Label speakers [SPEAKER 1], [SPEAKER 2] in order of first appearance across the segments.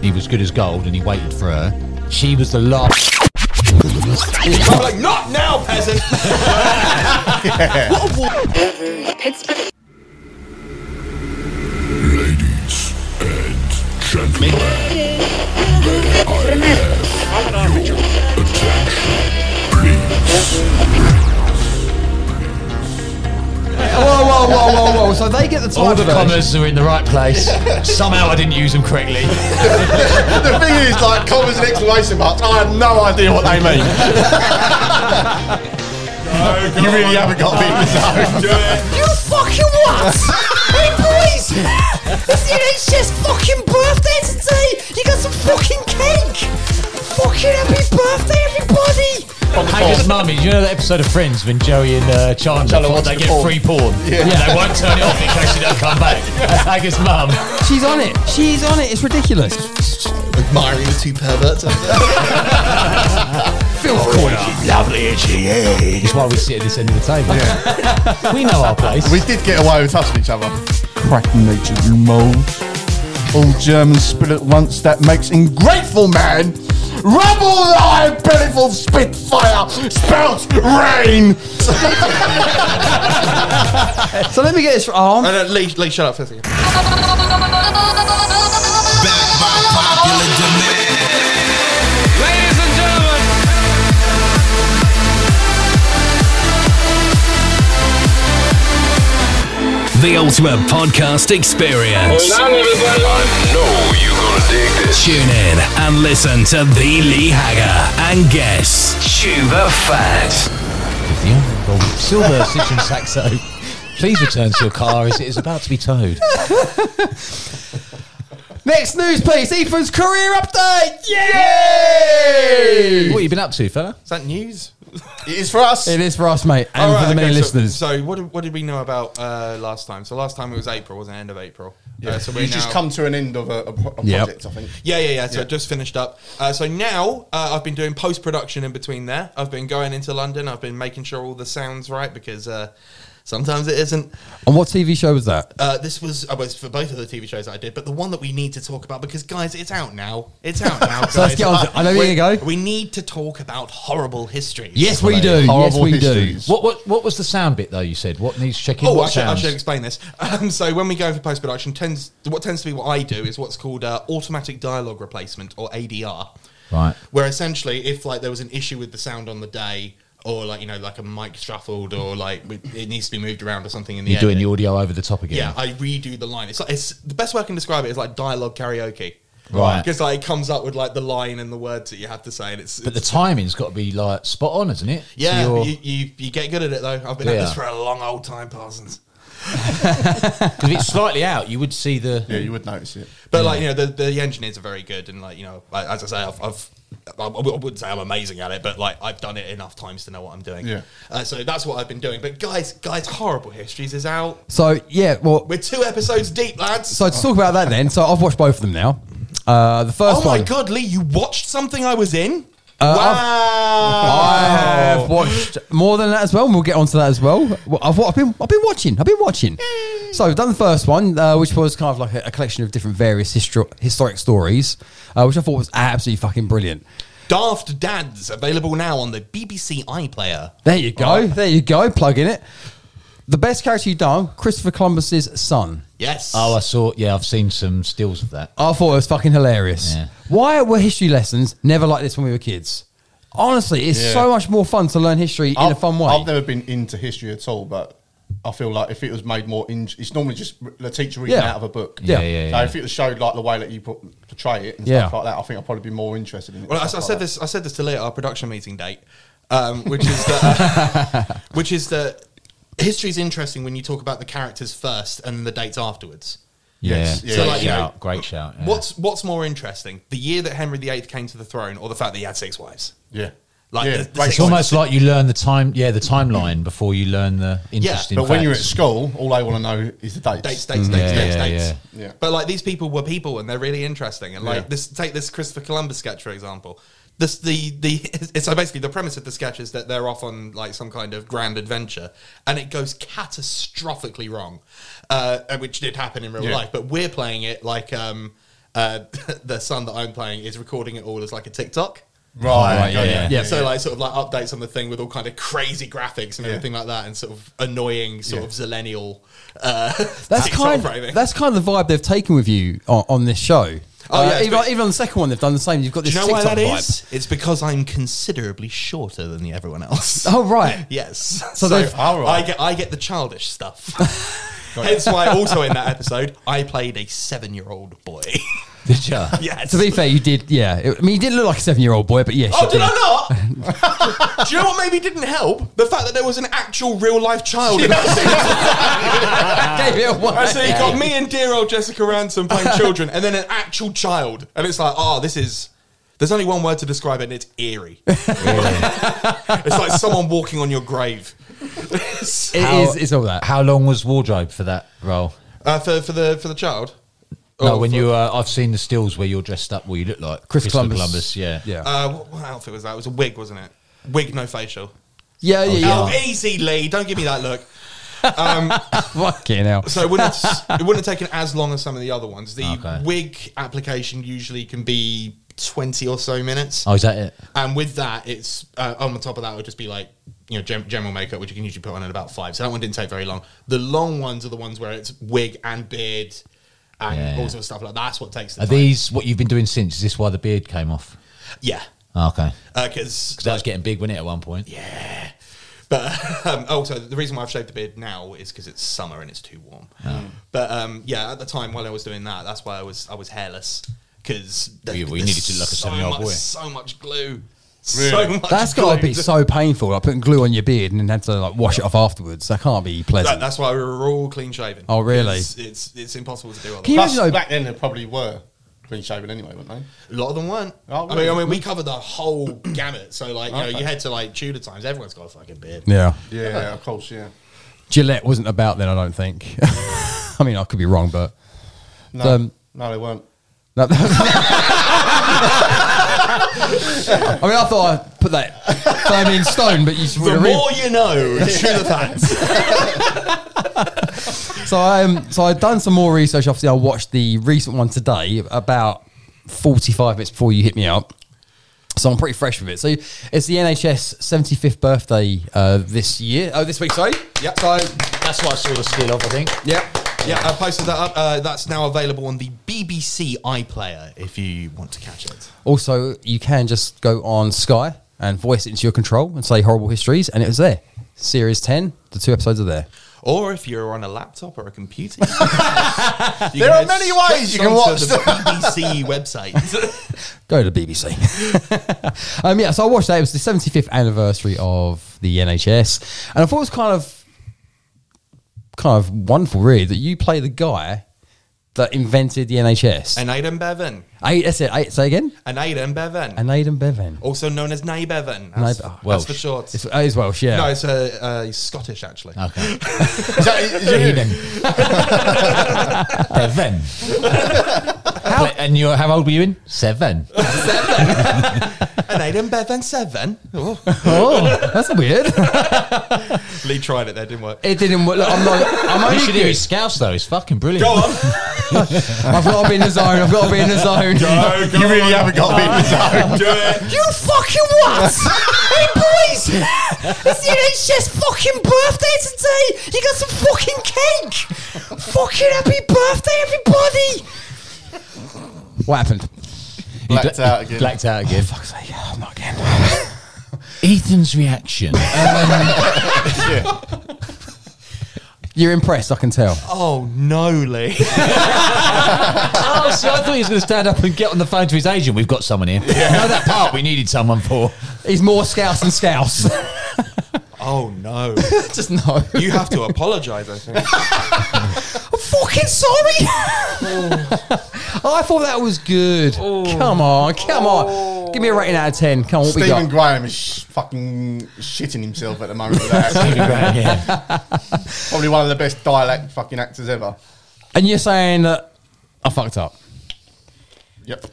[SPEAKER 1] He was good as gold and he waited for her. She was the last.
[SPEAKER 2] I'm like, not now, peasant.
[SPEAKER 3] Ladies and gentlemen, may I have your attention, please?
[SPEAKER 2] whoa, whoa, whoa, whoa, whoa. So they get the
[SPEAKER 1] All
[SPEAKER 2] title
[SPEAKER 1] the
[SPEAKER 2] version.
[SPEAKER 1] commas are in the right place. Somehow I didn't use them correctly.
[SPEAKER 4] The thing is, like, commas and exclamation marks, I have no idea what they mean. you really haven't got me. No.
[SPEAKER 5] You fucking what? hey boys! It's the NHS fucking birthday today! You got some fucking cake! Fucking happy birthday, everybody!
[SPEAKER 1] Hager's mummy, do you know that episode of Friends when Joey and uh, Chandler
[SPEAKER 4] Chandler
[SPEAKER 1] thought
[SPEAKER 4] wants
[SPEAKER 1] they
[SPEAKER 4] the
[SPEAKER 1] get
[SPEAKER 4] porn.
[SPEAKER 1] free porn? Yeah. they won't turn it off in case she don't come back. That's Hager's mum.
[SPEAKER 2] She's on it. She's on it. It's ridiculous.
[SPEAKER 4] Admiring the two perverts. Oh,
[SPEAKER 1] It's why we sit at this end of the table. we know our place.
[SPEAKER 4] we did get away with touching each other.
[SPEAKER 6] Cracking nature, you mole. All German spill at once that makes ungrateful man. Rubble thy plentiful spitfire, spout rain.
[SPEAKER 2] So let me get this. for- Oh, I'm-
[SPEAKER 7] Uh,
[SPEAKER 4] And at least, Lee, shut up for a second.
[SPEAKER 8] Back by popular demand.
[SPEAKER 7] Ladies and gentlemen,
[SPEAKER 8] The ultimate podcast experience.
[SPEAKER 7] I know you're gonna dig this.
[SPEAKER 8] Tune in and listen to the Lee Hagger and guests. Chew the fat.
[SPEAKER 1] Silver Citroen Saxo. Please return to your car as it is about to be towed.
[SPEAKER 2] Next news, please. Ethan's career update.
[SPEAKER 1] What you been up to, fella?
[SPEAKER 4] Is that news? It is for us.
[SPEAKER 2] It is for us, mate, and
[SPEAKER 4] All right,
[SPEAKER 2] for the many
[SPEAKER 4] okay, so-
[SPEAKER 2] listeners.
[SPEAKER 7] So, what did, what did we know about uh, last time? So, last time it was April, wasn't it? End of April. Yeah. so we
[SPEAKER 4] We've just come to an end of a, a pro- a
[SPEAKER 1] Yep.
[SPEAKER 4] project, I think.
[SPEAKER 7] Yeah, yeah, yeah. So it just finished up. Uh, so now uh, I've been doing post production in between there. I've been going into London. I've been making sure all the sounds right because uh, sometimes it isn't.
[SPEAKER 2] and what TV show was that?
[SPEAKER 7] Uh, this was uh, well, it's for both of the TV shows that I did, but the one that we need to talk about because guys, it's out now. It's out now.
[SPEAKER 2] So let's
[SPEAKER 7] guys.
[SPEAKER 2] get on to it. I know where
[SPEAKER 7] we-
[SPEAKER 2] you're gonna go.
[SPEAKER 7] We need to talk about horrible histories.
[SPEAKER 2] Yes, we do. Yes,
[SPEAKER 4] Horrible
[SPEAKER 2] we
[SPEAKER 4] histories.
[SPEAKER 2] do.
[SPEAKER 1] What what what was the sound bit though? You said what needs checking?
[SPEAKER 7] Oh,
[SPEAKER 1] what
[SPEAKER 7] I should, I
[SPEAKER 1] sounds?
[SPEAKER 7] should explain this. Um, so when we go for post production, tends what tends to be what I do is what's called uh, automatic dialogue replacement or ADR,
[SPEAKER 1] Right.
[SPEAKER 7] where essentially if like there was an issue with the sound on the day. Or like you know, like a mic shuffled, or like we- it needs to be moved around, or something in the
[SPEAKER 1] You're doing
[SPEAKER 7] edit.
[SPEAKER 1] the audio over the top again.
[SPEAKER 7] yeah. I redo the line. It's like it's the best way I can describe it is like dialogue karaoke,
[SPEAKER 1] Right.
[SPEAKER 7] Because like it comes up with like the line and the words that you have to say, and it's,
[SPEAKER 1] But the
[SPEAKER 7] it's-
[SPEAKER 1] timing's got to be like spot on, isn't it?
[SPEAKER 7] yeah,
[SPEAKER 1] So you're-
[SPEAKER 7] you, you you get good at it though. I've been at
[SPEAKER 1] Yeah.
[SPEAKER 7] this for a long old time, Parsons.
[SPEAKER 1] Because if it's slightly out, you would see the.
[SPEAKER 4] Yeah, you would notice it.
[SPEAKER 7] But like you know, the, the engineers are very good, and like you know, like, as I say, I've, I've I w- I wouldn't say I'm amazing at it, but like I've done it enough times to know what I'm doing.
[SPEAKER 4] Yeah.
[SPEAKER 7] Uh, so that's what I've been doing. But guys, guys, horrible histories is out.
[SPEAKER 2] So yeah, well,
[SPEAKER 7] We're two episodes deep, lads.
[SPEAKER 2] so to talk about that then. So I've watched both of them now. Uh, the first
[SPEAKER 7] oh
[SPEAKER 2] one.
[SPEAKER 7] my god, Lee, you watched something I was in?
[SPEAKER 2] I
[SPEAKER 7] wow.
[SPEAKER 2] have watched more than that as well, and we'll get onto that as well. Well, I've, wa- I've been, I've been watching. I've been watching. So I've done the first one, uh, which was kind of like a, a collection of different various histro- historic stories, uh, which I thought was absolutely fucking brilliant.
[SPEAKER 7] Daft Dads available now on the BBC iPlayer.
[SPEAKER 2] There you go. There you go. Plug in it. The best character you've done, Christopher Columbus's son.
[SPEAKER 7] Yes.
[SPEAKER 1] Oh, I saw. Yeah, I've seen some stills of that.
[SPEAKER 2] I thought it was fucking hilarious.
[SPEAKER 1] Yeah.
[SPEAKER 2] Why were history lessons never like this when we were kids? Honestly, it's
[SPEAKER 4] Yeah.
[SPEAKER 2] so much more fun to learn history in a fun way.
[SPEAKER 4] I've never been into history at all, but I feel like if it was made more, in, it's normally just r- the teacher reading
[SPEAKER 2] Yeah.
[SPEAKER 4] out of a book.
[SPEAKER 2] Yeah.
[SPEAKER 1] Yeah, yeah, yeah.
[SPEAKER 4] So if it was showed like the way that you put, portray it and stuff
[SPEAKER 2] Yeah.
[SPEAKER 4] like that, I think I'd probably be more interested in it.
[SPEAKER 7] Well, I, I
[SPEAKER 4] and stuff
[SPEAKER 7] said
[SPEAKER 4] like that.
[SPEAKER 7] this. I said this to Lee at our production meeting date, um, which is that, which is that history is interesting when you talk about the characters first and the dates afterwards.
[SPEAKER 1] Yeah.
[SPEAKER 4] Yes. Yeah,
[SPEAKER 1] great
[SPEAKER 7] like, you know,
[SPEAKER 1] shout. great shout. yeah.
[SPEAKER 7] What's What's more interesting, the year that Henry VIII came to the throne, or the fact that he had six wives?
[SPEAKER 4] Yeah.
[SPEAKER 7] Like,
[SPEAKER 4] yeah.
[SPEAKER 7] the- the
[SPEAKER 4] great
[SPEAKER 7] six-
[SPEAKER 1] It's almost like you learn the time. Yeah, the timeline before you learn the interesting.
[SPEAKER 4] But when you're at
[SPEAKER 1] facts.
[SPEAKER 4] school, all they want to know is the dates.
[SPEAKER 7] Dates,
[SPEAKER 2] Mm.
[SPEAKER 7] dates, dates,
[SPEAKER 1] Yeah,
[SPEAKER 7] dates,
[SPEAKER 1] yeah,
[SPEAKER 7] dates.
[SPEAKER 4] yeah. Yeah.
[SPEAKER 7] But like these people were people, and they're really interesting. And like
[SPEAKER 4] Yeah.
[SPEAKER 7] this, take this Christopher Columbus sketch for example. the the the so basically the premise of the sketch is that they're off on like some kind of grand adventure, and it goes catastrophically wrong, uh, which did happen in real
[SPEAKER 4] Yeah.
[SPEAKER 7] life. But we're playing it like um, uh, the son that I'm playing is recording it all as like a TikTok.
[SPEAKER 6] Right.
[SPEAKER 7] Oh,
[SPEAKER 1] yeah, yeah.
[SPEAKER 7] So like sort of like updates on the thing with all kind of crazy graphics and everything like that, and sort of annoying sort of zillennial. Uh,
[SPEAKER 2] That's
[SPEAKER 7] TikTok
[SPEAKER 2] kind.
[SPEAKER 7] framing.
[SPEAKER 2] That's kind of the vibe they've taken with you on, on this show.
[SPEAKER 7] Oh, yeah,
[SPEAKER 2] Uh,
[SPEAKER 7] it's
[SPEAKER 2] even,
[SPEAKER 7] been-
[SPEAKER 2] even on the second one, they've done the same. You've got
[SPEAKER 7] Do
[SPEAKER 2] this
[SPEAKER 7] you know why
[SPEAKER 2] TikTok
[SPEAKER 7] that is?
[SPEAKER 2] vibe.
[SPEAKER 7] It's because I'm considerably shorter than the everyone else.
[SPEAKER 2] Oh right.
[SPEAKER 7] Yes.
[SPEAKER 2] So
[SPEAKER 7] So,
[SPEAKER 2] they've-
[SPEAKER 4] all right.
[SPEAKER 7] I get I get the childish stuff. Hence why also in that episode I played a seven year old boy.
[SPEAKER 1] Did you?
[SPEAKER 7] yes.
[SPEAKER 2] To be fair, you did. Yeah. It- I mean, you didn't look like a seven-year-old boy, but yes.
[SPEAKER 7] Oh,
[SPEAKER 2] you
[SPEAKER 7] did I not? Do you know what maybe didn't help? The fact that there was an actual real life child in that scene.
[SPEAKER 2] Gave it away.
[SPEAKER 7] I see you got me and dear old Jessica Ransom playing children, and then an actual child, and it's like, oh, this is. There's only one word to describe it, and it's eerie. it's like someone walking on your grave.
[SPEAKER 2] It
[SPEAKER 1] How-
[SPEAKER 2] is. It's all that.
[SPEAKER 1] How long was wardrobe for that role?
[SPEAKER 7] uh, for for the for the child.
[SPEAKER 1] No,
[SPEAKER 7] Oh,
[SPEAKER 1] when
[SPEAKER 7] for-
[SPEAKER 1] you, uh, I've seen the stills where you're dressed up, what you look like.
[SPEAKER 2] Chris Columbus.
[SPEAKER 1] yeah.
[SPEAKER 2] Yeah.
[SPEAKER 7] Uh, what, what outfit was that? It was a wig, wasn't it? Wig, no facial.
[SPEAKER 2] yeah. Yeah. Yeah.
[SPEAKER 7] Oh, easy, Lee. Don't give me that look.
[SPEAKER 2] Fucking hell.
[SPEAKER 7] So it wouldn't, it wouldn't have taken as long as some of the other ones. The
[SPEAKER 1] Okay.
[SPEAKER 7] wig application usually can be 20 or so minutes.
[SPEAKER 1] Oh, is that it?
[SPEAKER 7] And with that, it's uh, on the top of that would just be like you know gem- general makeup, which you can usually put on in about five. So that one didn't take very long. The long ones are the ones where it's wig and beard and
[SPEAKER 1] Yeah.
[SPEAKER 7] all sorts of stuff like that. That's what takes the
[SPEAKER 1] Are
[SPEAKER 7] time.
[SPEAKER 1] these what you've been doing since? Is this why the beard came off? Oh,
[SPEAKER 7] yeah,
[SPEAKER 1] Okay.
[SPEAKER 7] Uh, because
[SPEAKER 1] Because that was getting big, wasn't it, at one point? Yeah.
[SPEAKER 7] But um, also, the reason why I've shaved the beard now is because it's summer and it's too warm.
[SPEAKER 1] Oh.
[SPEAKER 7] But um, yeah, at the time while I was doing that, that's why I was I was hairless because
[SPEAKER 1] You- you needed to look a seven-year-old boy.
[SPEAKER 7] So much glue.
[SPEAKER 4] Really?
[SPEAKER 7] So much
[SPEAKER 2] That's got to
[SPEAKER 7] glue.
[SPEAKER 2] be so painful. Like putting glue on your beard and then have to like wash it off afterwards. That can't be
[SPEAKER 7] That-
[SPEAKER 2] pleasant.
[SPEAKER 7] that's why we were all clean shaven.
[SPEAKER 2] Oh, really?
[SPEAKER 7] It's it's, it's impossible to do. Otherwise.
[SPEAKER 2] Can you
[SPEAKER 4] Plus,
[SPEAKER 2] imagine? though-
[SPEAKER 4] back then they probably were clean shaven anyway, weren't they?
[SPEAKER 7] A lot of them weren't.
[SPEAKER 4] Oh,
[SPEAKER 7] I mean, I
[SPEAKER 4] really?
[SPEAKER 7] mean, we covered the whole gamut. So like, you know,
[SPEAKER 4] Okay.
[SPEAKER 7] you head to like Tudor times. Everyone's got a fucking beard.
[SPEAKER 2] Yeah.
[SPEAKER 4] Yeah, of course, yeah.
[SPEAKER 2] Gillette wasn't about then. I don't think. I mean, I could be wrong, but
[SPEAKER 4] No,
[SPEAKER 2] Um,
[SPEAKER 4] no, they weren't.
[SPEAKER 2] No, that was- I mean, I thought I put that firmly in stone, but you should
[SPEAKER 7] The
[SPEAKER 2] re-
[SPEAKER 7] more you know, Tudor times.
[SPEAKER 2] so I um, so I'd done some more research. Obviously, I watched the recent one today about forty five minutes before you hit me up. So I'm pretty fresh with it. So it's the NHS 75th birthday uh, this year. Oh, this week, sorry.
[SPEAKER 7] Yep.
[SPEAKER 2] So
[SPEAKER 1] That's why I saw the still of, I think.
[SPEAKER 2] yep.
[SPEAKER 7] Yeah, I posted that up. Uh, that's now available on the BBC iPlayer if you want to catch it.
[SPEAKER 2] Also, you can just go on Sky and voice it into your control and say horrible histories, and it was there. Series 10, the two episodes are there.
[SPEAKER 7] Or if you're on a laptop or a computer, there
[SPEAKER 4] are many ways you can watch
[SPEAKER 7] the BBC website.
[SPEAKER 2] Go to BBC. um, yeah, so I watched that. It was the 75th anniversary of the NHS, and I thought it was kind of, kind of wonderful, really, that you play the guy that invented the NHS. And
[SPEAKER 7] and Aidan Bevan.
[SPEAKER 2] I, that's it. I, say again.
[SPEAKER 7] And Aidan Bevan.
[SPEAKER 2] And Aidan Bevan.
[SPEAKER 7] also known as Nay Bevan. Oh, That's,
[SPEAKER 2] Nay- oh,
[SPEAKER 7] that's
[SPEAKER 1] Welsh.
[SPEAKER 7] for short.
[SPEAKER 2] It's, uh, it's Welsh, yeah.
[SPEAKER 7] no, it's uh, uh, he's Scottish, actually.
[SPEAKER 1] Okay.
[SPEAKER 4] Is that, is it-
[SPEAKER 1] Seven. and you how old were you in? Seven.
[SPEAKER 7] and Aidan Bevan 7. Oh.
[SPEAKER 2] oh, that's weird.
[SPEAKER 7] Lee tried it there, didn't work.
[SPEAKER 2] it didn't work. Look, I'm not. I'm
[SPEAKER 1] you
[SPEAKER 2] only
[SPEAKER 1] should hear
[SPEAKER 2] good.
[SPEAKER 1] his scouse though. It's fucking brilliant.
[SPEAKER 7] Go on.
[SPEAKER 2] I've got to be in the zone. I've got to be in the zone.
[SPEAKER 4] you really haven't got me in the zone.
[SPEAKER 7] Do it.
[SPEAKER 5] You fucking what? hey boys, it's the NHS fucking birthday today. You got some fucking cake. fucking happy birthday, everybody.
[SPEAKER 2] What happened? Oh,
[SPEAKER 4] Blacked out again.
[SPEAKER 1] Blacked out again.
[SPEAKER 2] Fuck's sake, I'm not again.
[SPEAKER 1] Ethan's reaction.
[SPEAKER 2] You're impressed, I can tell.
[SPEAKER 7] Oh, no, Lee.
[SPEAKER 1] oh, see, I thought he was going to stand up and get on the phone to his agent. We've got someone here. know that part we needed someone for.
[SPEAKER 2] He's more scouse than scouse.
[SPEAKER 7] oh, no.
[SPEAKER 2] Just no.
[SPEAKER 7] You have to apologise, I think.
[SPEAKER 5] I'm fucking sorry.
[SPEAKER 2] Oh, I thought that was good. Come on, come on. Give me a rating out of 10. Come on, what
[SPEAKER 4] Stephen
[SPEAKER 2] we got?
[SPEAKER 4] Graham is sh- fucking shitting himself at the moment. With that.
[SPEAKER 1] yeah.
[SPEAKER 4] Probably one of the best dialect fucking actors ever.
[SPEAKER 2] And you're saying that I fucked up.
[SPEAKER 4] Yep.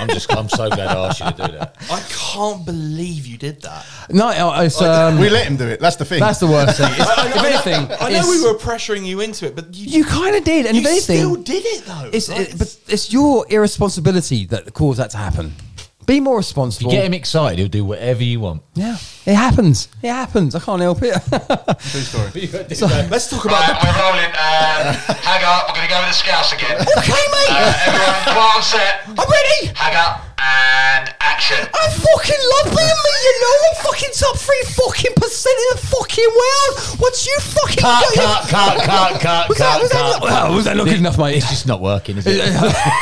[SPEAKER 1] I'm just. I'm so glad I asked you to do that.
[SPEAKER 7] I can't believe you did that.
[SPEAKER 2] No, uh, it's um,
[SPEAKER 4] we let him do it. That's the thing.
[SPEAKER 2] that's the worst thing. It's-
[SPEAKER 7] I,
[SPEAKER 2] if anything,
[SPEAKER 7] I know
[SPEAKER 2] it's-
[SPEAKER 7] we were pressuring you into it, but you,
[SPEAKER 2] You kind of did, and
[SPEAKER 7] you
[SPEAKER 2] if anything,
[SPEAKER 7] still did it though.
[SPEAKER 2] It's,
[SPEAKER 7] Like,
[SPEAKER 2] it- but it's your irresponsibility that caused that to happen. Be more responsible.
[SPEAKER 1] Get him excited. He'll do whatever you want.
[SPEAKER 2] yeah, it happens. It happens. I can't help it.
[SPEAKER 7] let's talk about
[SPEAKER 9] Right, we're rolling. Uh, hang up. We're going to go with the scouts again.
[SPEAKER 5] Okay, mate.
[SPEAKER 9] Uh, everyone, well set.
[SPEAKER 5] I'm ready.
[SPEAKER 9] Hang up and action.
[SPEAKER 5] I fucking love being me, you know. I'm fucking top three fucking percent in the fucking world. Once you fucking
[SPEAKER 1] Cut,
[SPEAKER 5] go-
[SPEAKER 1] cut, cut, cut, cut,
[SPEAKER 5] Was that-
[SPEAKER 1] cut,
[SPEAKER 5] was that
[SPEAKER 1] cut.
[SPEAKER 5] not-
[SPEAKER 2] Well, was that not good enough, mate?
[SPEAKER 1] It's just not working, is it?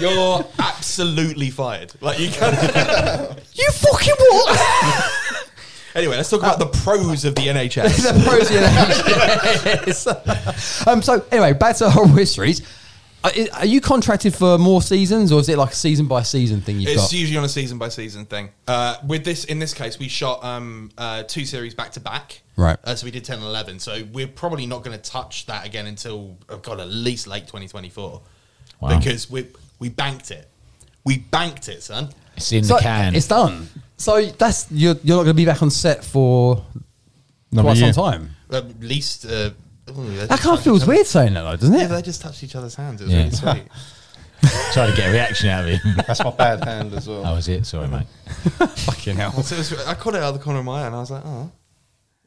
[SPEAKER 7] you're absolutely fired. Like you can.
[SPEAKER 5] You fucking what?
[SPEAKER 7] anyway, let's talk about the pros of the NHS.
[SPEAKER 2] the pros and yes. um, so anyway, back to horror histories. Are, i- are you contracted for more seasons, or is it like a season by season thing you've
[SPEAKER 7] It's
[SPEAKER 2] got?
[SPEAKER 7] usually on a season by season thing. Uh, with this, in this case, we shot um, uh, two series back to back.
[SPEAKER 2] Right.
[SPEAKER 7] Uh, so we did 10 and 11. So we're probably not going to touch that again until, oh God, at least late 2024. Because we, we banked it. We banked it, son.
[SPEAKER 1] It's in
[SPEAKER 2] So
[SPEAKER 1] the can.
[SPEAKER 2] It's done. So that's you're, you're not going to be back on set for
[SPEAKER 6] Another
[SPEAKER 2] quite
[SPEAKER 6] year.
[SPEAKER 2] some time.
[SPEAKER 7] At least. Uh, ooh, they
[SPEAKER 2] That kind
[SPEAKER 7] just touched-
[SPEAKER 2] of feels weird saying that, though, doesn't
[SPEAKER 7] Yeah,
[SPEAKER 2] it?
[SPEAKER 7] they just touched each other's hands. It was
[SPEAKER 1] Yeah.
[SPEAKER 7] really sweet.
[SPEAKER 1] Try to get a reaction out of him.
[SPEAKER 4] That's my bad hand as well.
[SPEAKER 2] Oh,
[SPEAKER 1] That was it. Sorry, mate.
[SPEAKER 2] Fucking hell.
[SPEAKER 7] So it was, I caught it out of the corner of my eye and I was like, oh.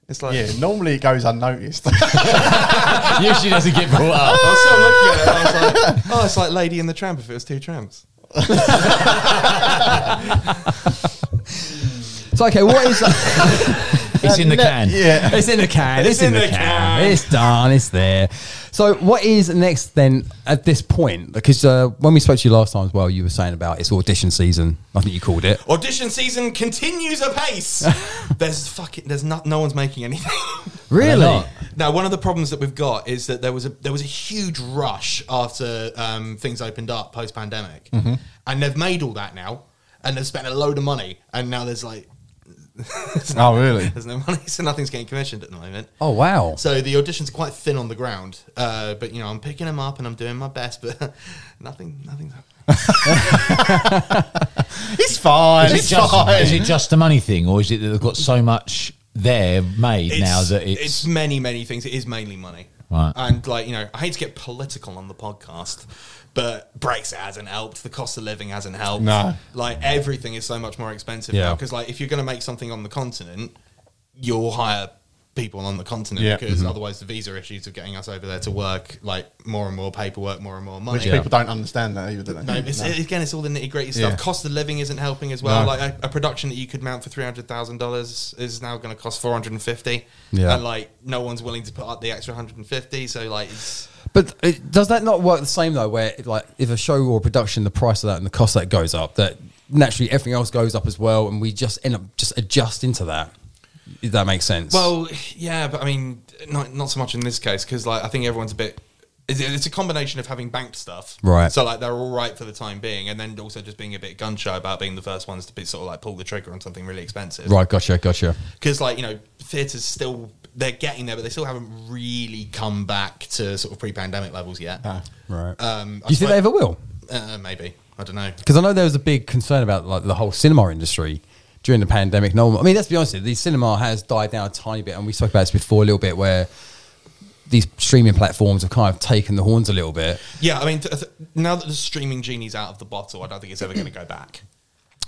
[SPEAKER 7] It's
[SPEAKER 2] Oh.
[SPEAKER 7] like.
[SPEAKER 4] Yeah, normally it goes unnoticed.
[SPEAKER 1] Usually doesn't get brought
[SPEAKER 7] I
[SPEAKER 1] up.
[SPEAKER 7] was sort of looking at it and I was like, oh, it's like Lady in the Tramp if it was two tramps.
[SPEAKER 2] So okay, what is?
[SPEAKER 1] It's in the can.
[SPEAKER 4] yeah.
[SPEAKER 2] it's in the can. It's, in, the, can. It's done. It's there. So what is next then? At this point, because uh, when we spoke to you last time as well, you were saying about it's audition season. I think you called it.
[SPEAKER 7] Audition season continues apace. there's fucking there's not no one's making anything.
[SPEAKER 2] Really?
[SPEAKER 7] now, one of the problems that we've got is that there was a there was a huge rush after um, things opened up post pandemic,
[SPEAKER 2] Mm-hmm.
[SPEAKER 7] and they've made all that now, and they've spent a load of money, and now there's like
[SPEAKER 6] Oh, really?
[SPEAKER 7] there's no money, so nothing's getting commissioned at the moment.
[SPEAKER 2] Oh wow.
[SPEAKER 7] So the auditions are quite thin on the ground, uh, but you know I'm picking them up and I'm doing my best, but nothing, nothing's happening.
[SPEAKER 4] It's fine.
[SPEAKER 1] Is it,
[SPEAKER 4] It's
[SPEAKER 1] just,
[SPEAKER 4] fine.
[SPEAKER 1] is it just a money thing, or is it that they've got so much there made now that it's,
[SPEAKER 7] many many things. It is mainly money,
[SPEAKER 1] Right.
[SPEAKER 7] And like you know, I hate to get political on the podcast, but Brexit hasn't helped. The cost of living hasn't helped.
[SPEAKER 6] No.
[SPEAKER 7] like everything is so much more expensive
[SPEAKER 2] Yeah.
[SPEAKER 7] now. Because like if you're going to make something on the continent, you'll hire people on the continent
[SPEAKER 6] Yeah.
[SPEAKER 7] because otherwise the visa issues of getting us over there to work like more and more paperwork, more and more money.
[SPEAKER 4] Which people don't understand that either, do they?
[SPEAKER 7] No, it's, again, it's all the nitty gritty
[SPEAKER 4] Yeah.
[SPEAKER 7] stuff. Cost of living isn't helping as well.
[SPEAKER 6] No.
[SPEAKER 7] Like a, a production that you could mount for three hundred thousand dollars is now going to cost four hundred and fifty.
[SPEAKER 2] Yeah.
[SPEAKER 7] and like no one's willing to put up the extra hundred and fifty. So like, it's,
[SPEAKER 2] But it, does that not work the same though? Where if, like if a show or a production, the price of that and the cost of that goes up, that naturally everything else goes up as well, and we just end up just adjusting to that. If that makes sense.
[SPEAKER 7] well, oh, yeah, but I mean, not not so much in this case because like I think everyone's a bit. It's it's a combination of having banked stuff,
[SPEAKER 2] Right.
[SPEAKER 7] So like they're all right for the time being, and then also just being a bit gun shy about being the first ones to be sort of like pull the trigger on something really expensive,
[SPEAKER 2] right, gotcha, gotcha.
[SPEAKER 7] because like you know theaters still they're getting there but they still haven't really come back to sort of pre-pandemic levels yet
[SPEAKER 2] Right.
[SPEAKER 7] um
[SPEAKER 2] Do you think they ever will?
[SPEAKER 7] uh, maybe i don't know
[SPEAKER 2] Because I know there was a big concern about like the whole cinema industry during the pandemic. No, I mean let's be honest, the cinema has died down a tiny bit, and we spoke about this before a little bit, where these streaming platforms have kind of taken the horns a little bit.
[SPEAKER 7] yeah i mean th- th- now that the streaming genie's out of the bottle i don't think it's ever going to go back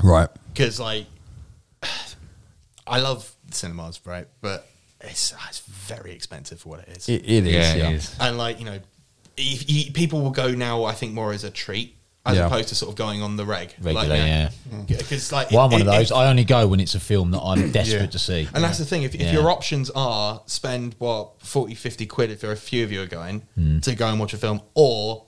[SPEAKER 2] Right.
[SPEAKER 7] because like i love cinemas right but it's, ah, it's very expensive for what it is
[SPEAKER 2] It, it is. Yeah.
[SPEAKER 7] and like you know if, you, people will go now i think more as a treat as
[SPEAKER 2] Yeah.
[SPEAKER 7] opposed to sort of going on the reg
[SPEAKER 1] Regular,
[SPEAKER 7] like,
[SPEAKER 1] yeah.
[SPEAKER 7] because like
[SPEAKER 1] Well, I'm
[SPEAKER 7] it-
[SPEAKER 1] one of
[SPEAKER 7] it-
[SPEAKER 1] those. I only go when it's a film that I'm desperate to see.
[SPEAKER 7] And that's the thing. If, if
[SPEAKER 1] Yeah.
[SPEAKER 7] your options are spend what 40, 50 quid if there are a few of you are going to go and watch a film, or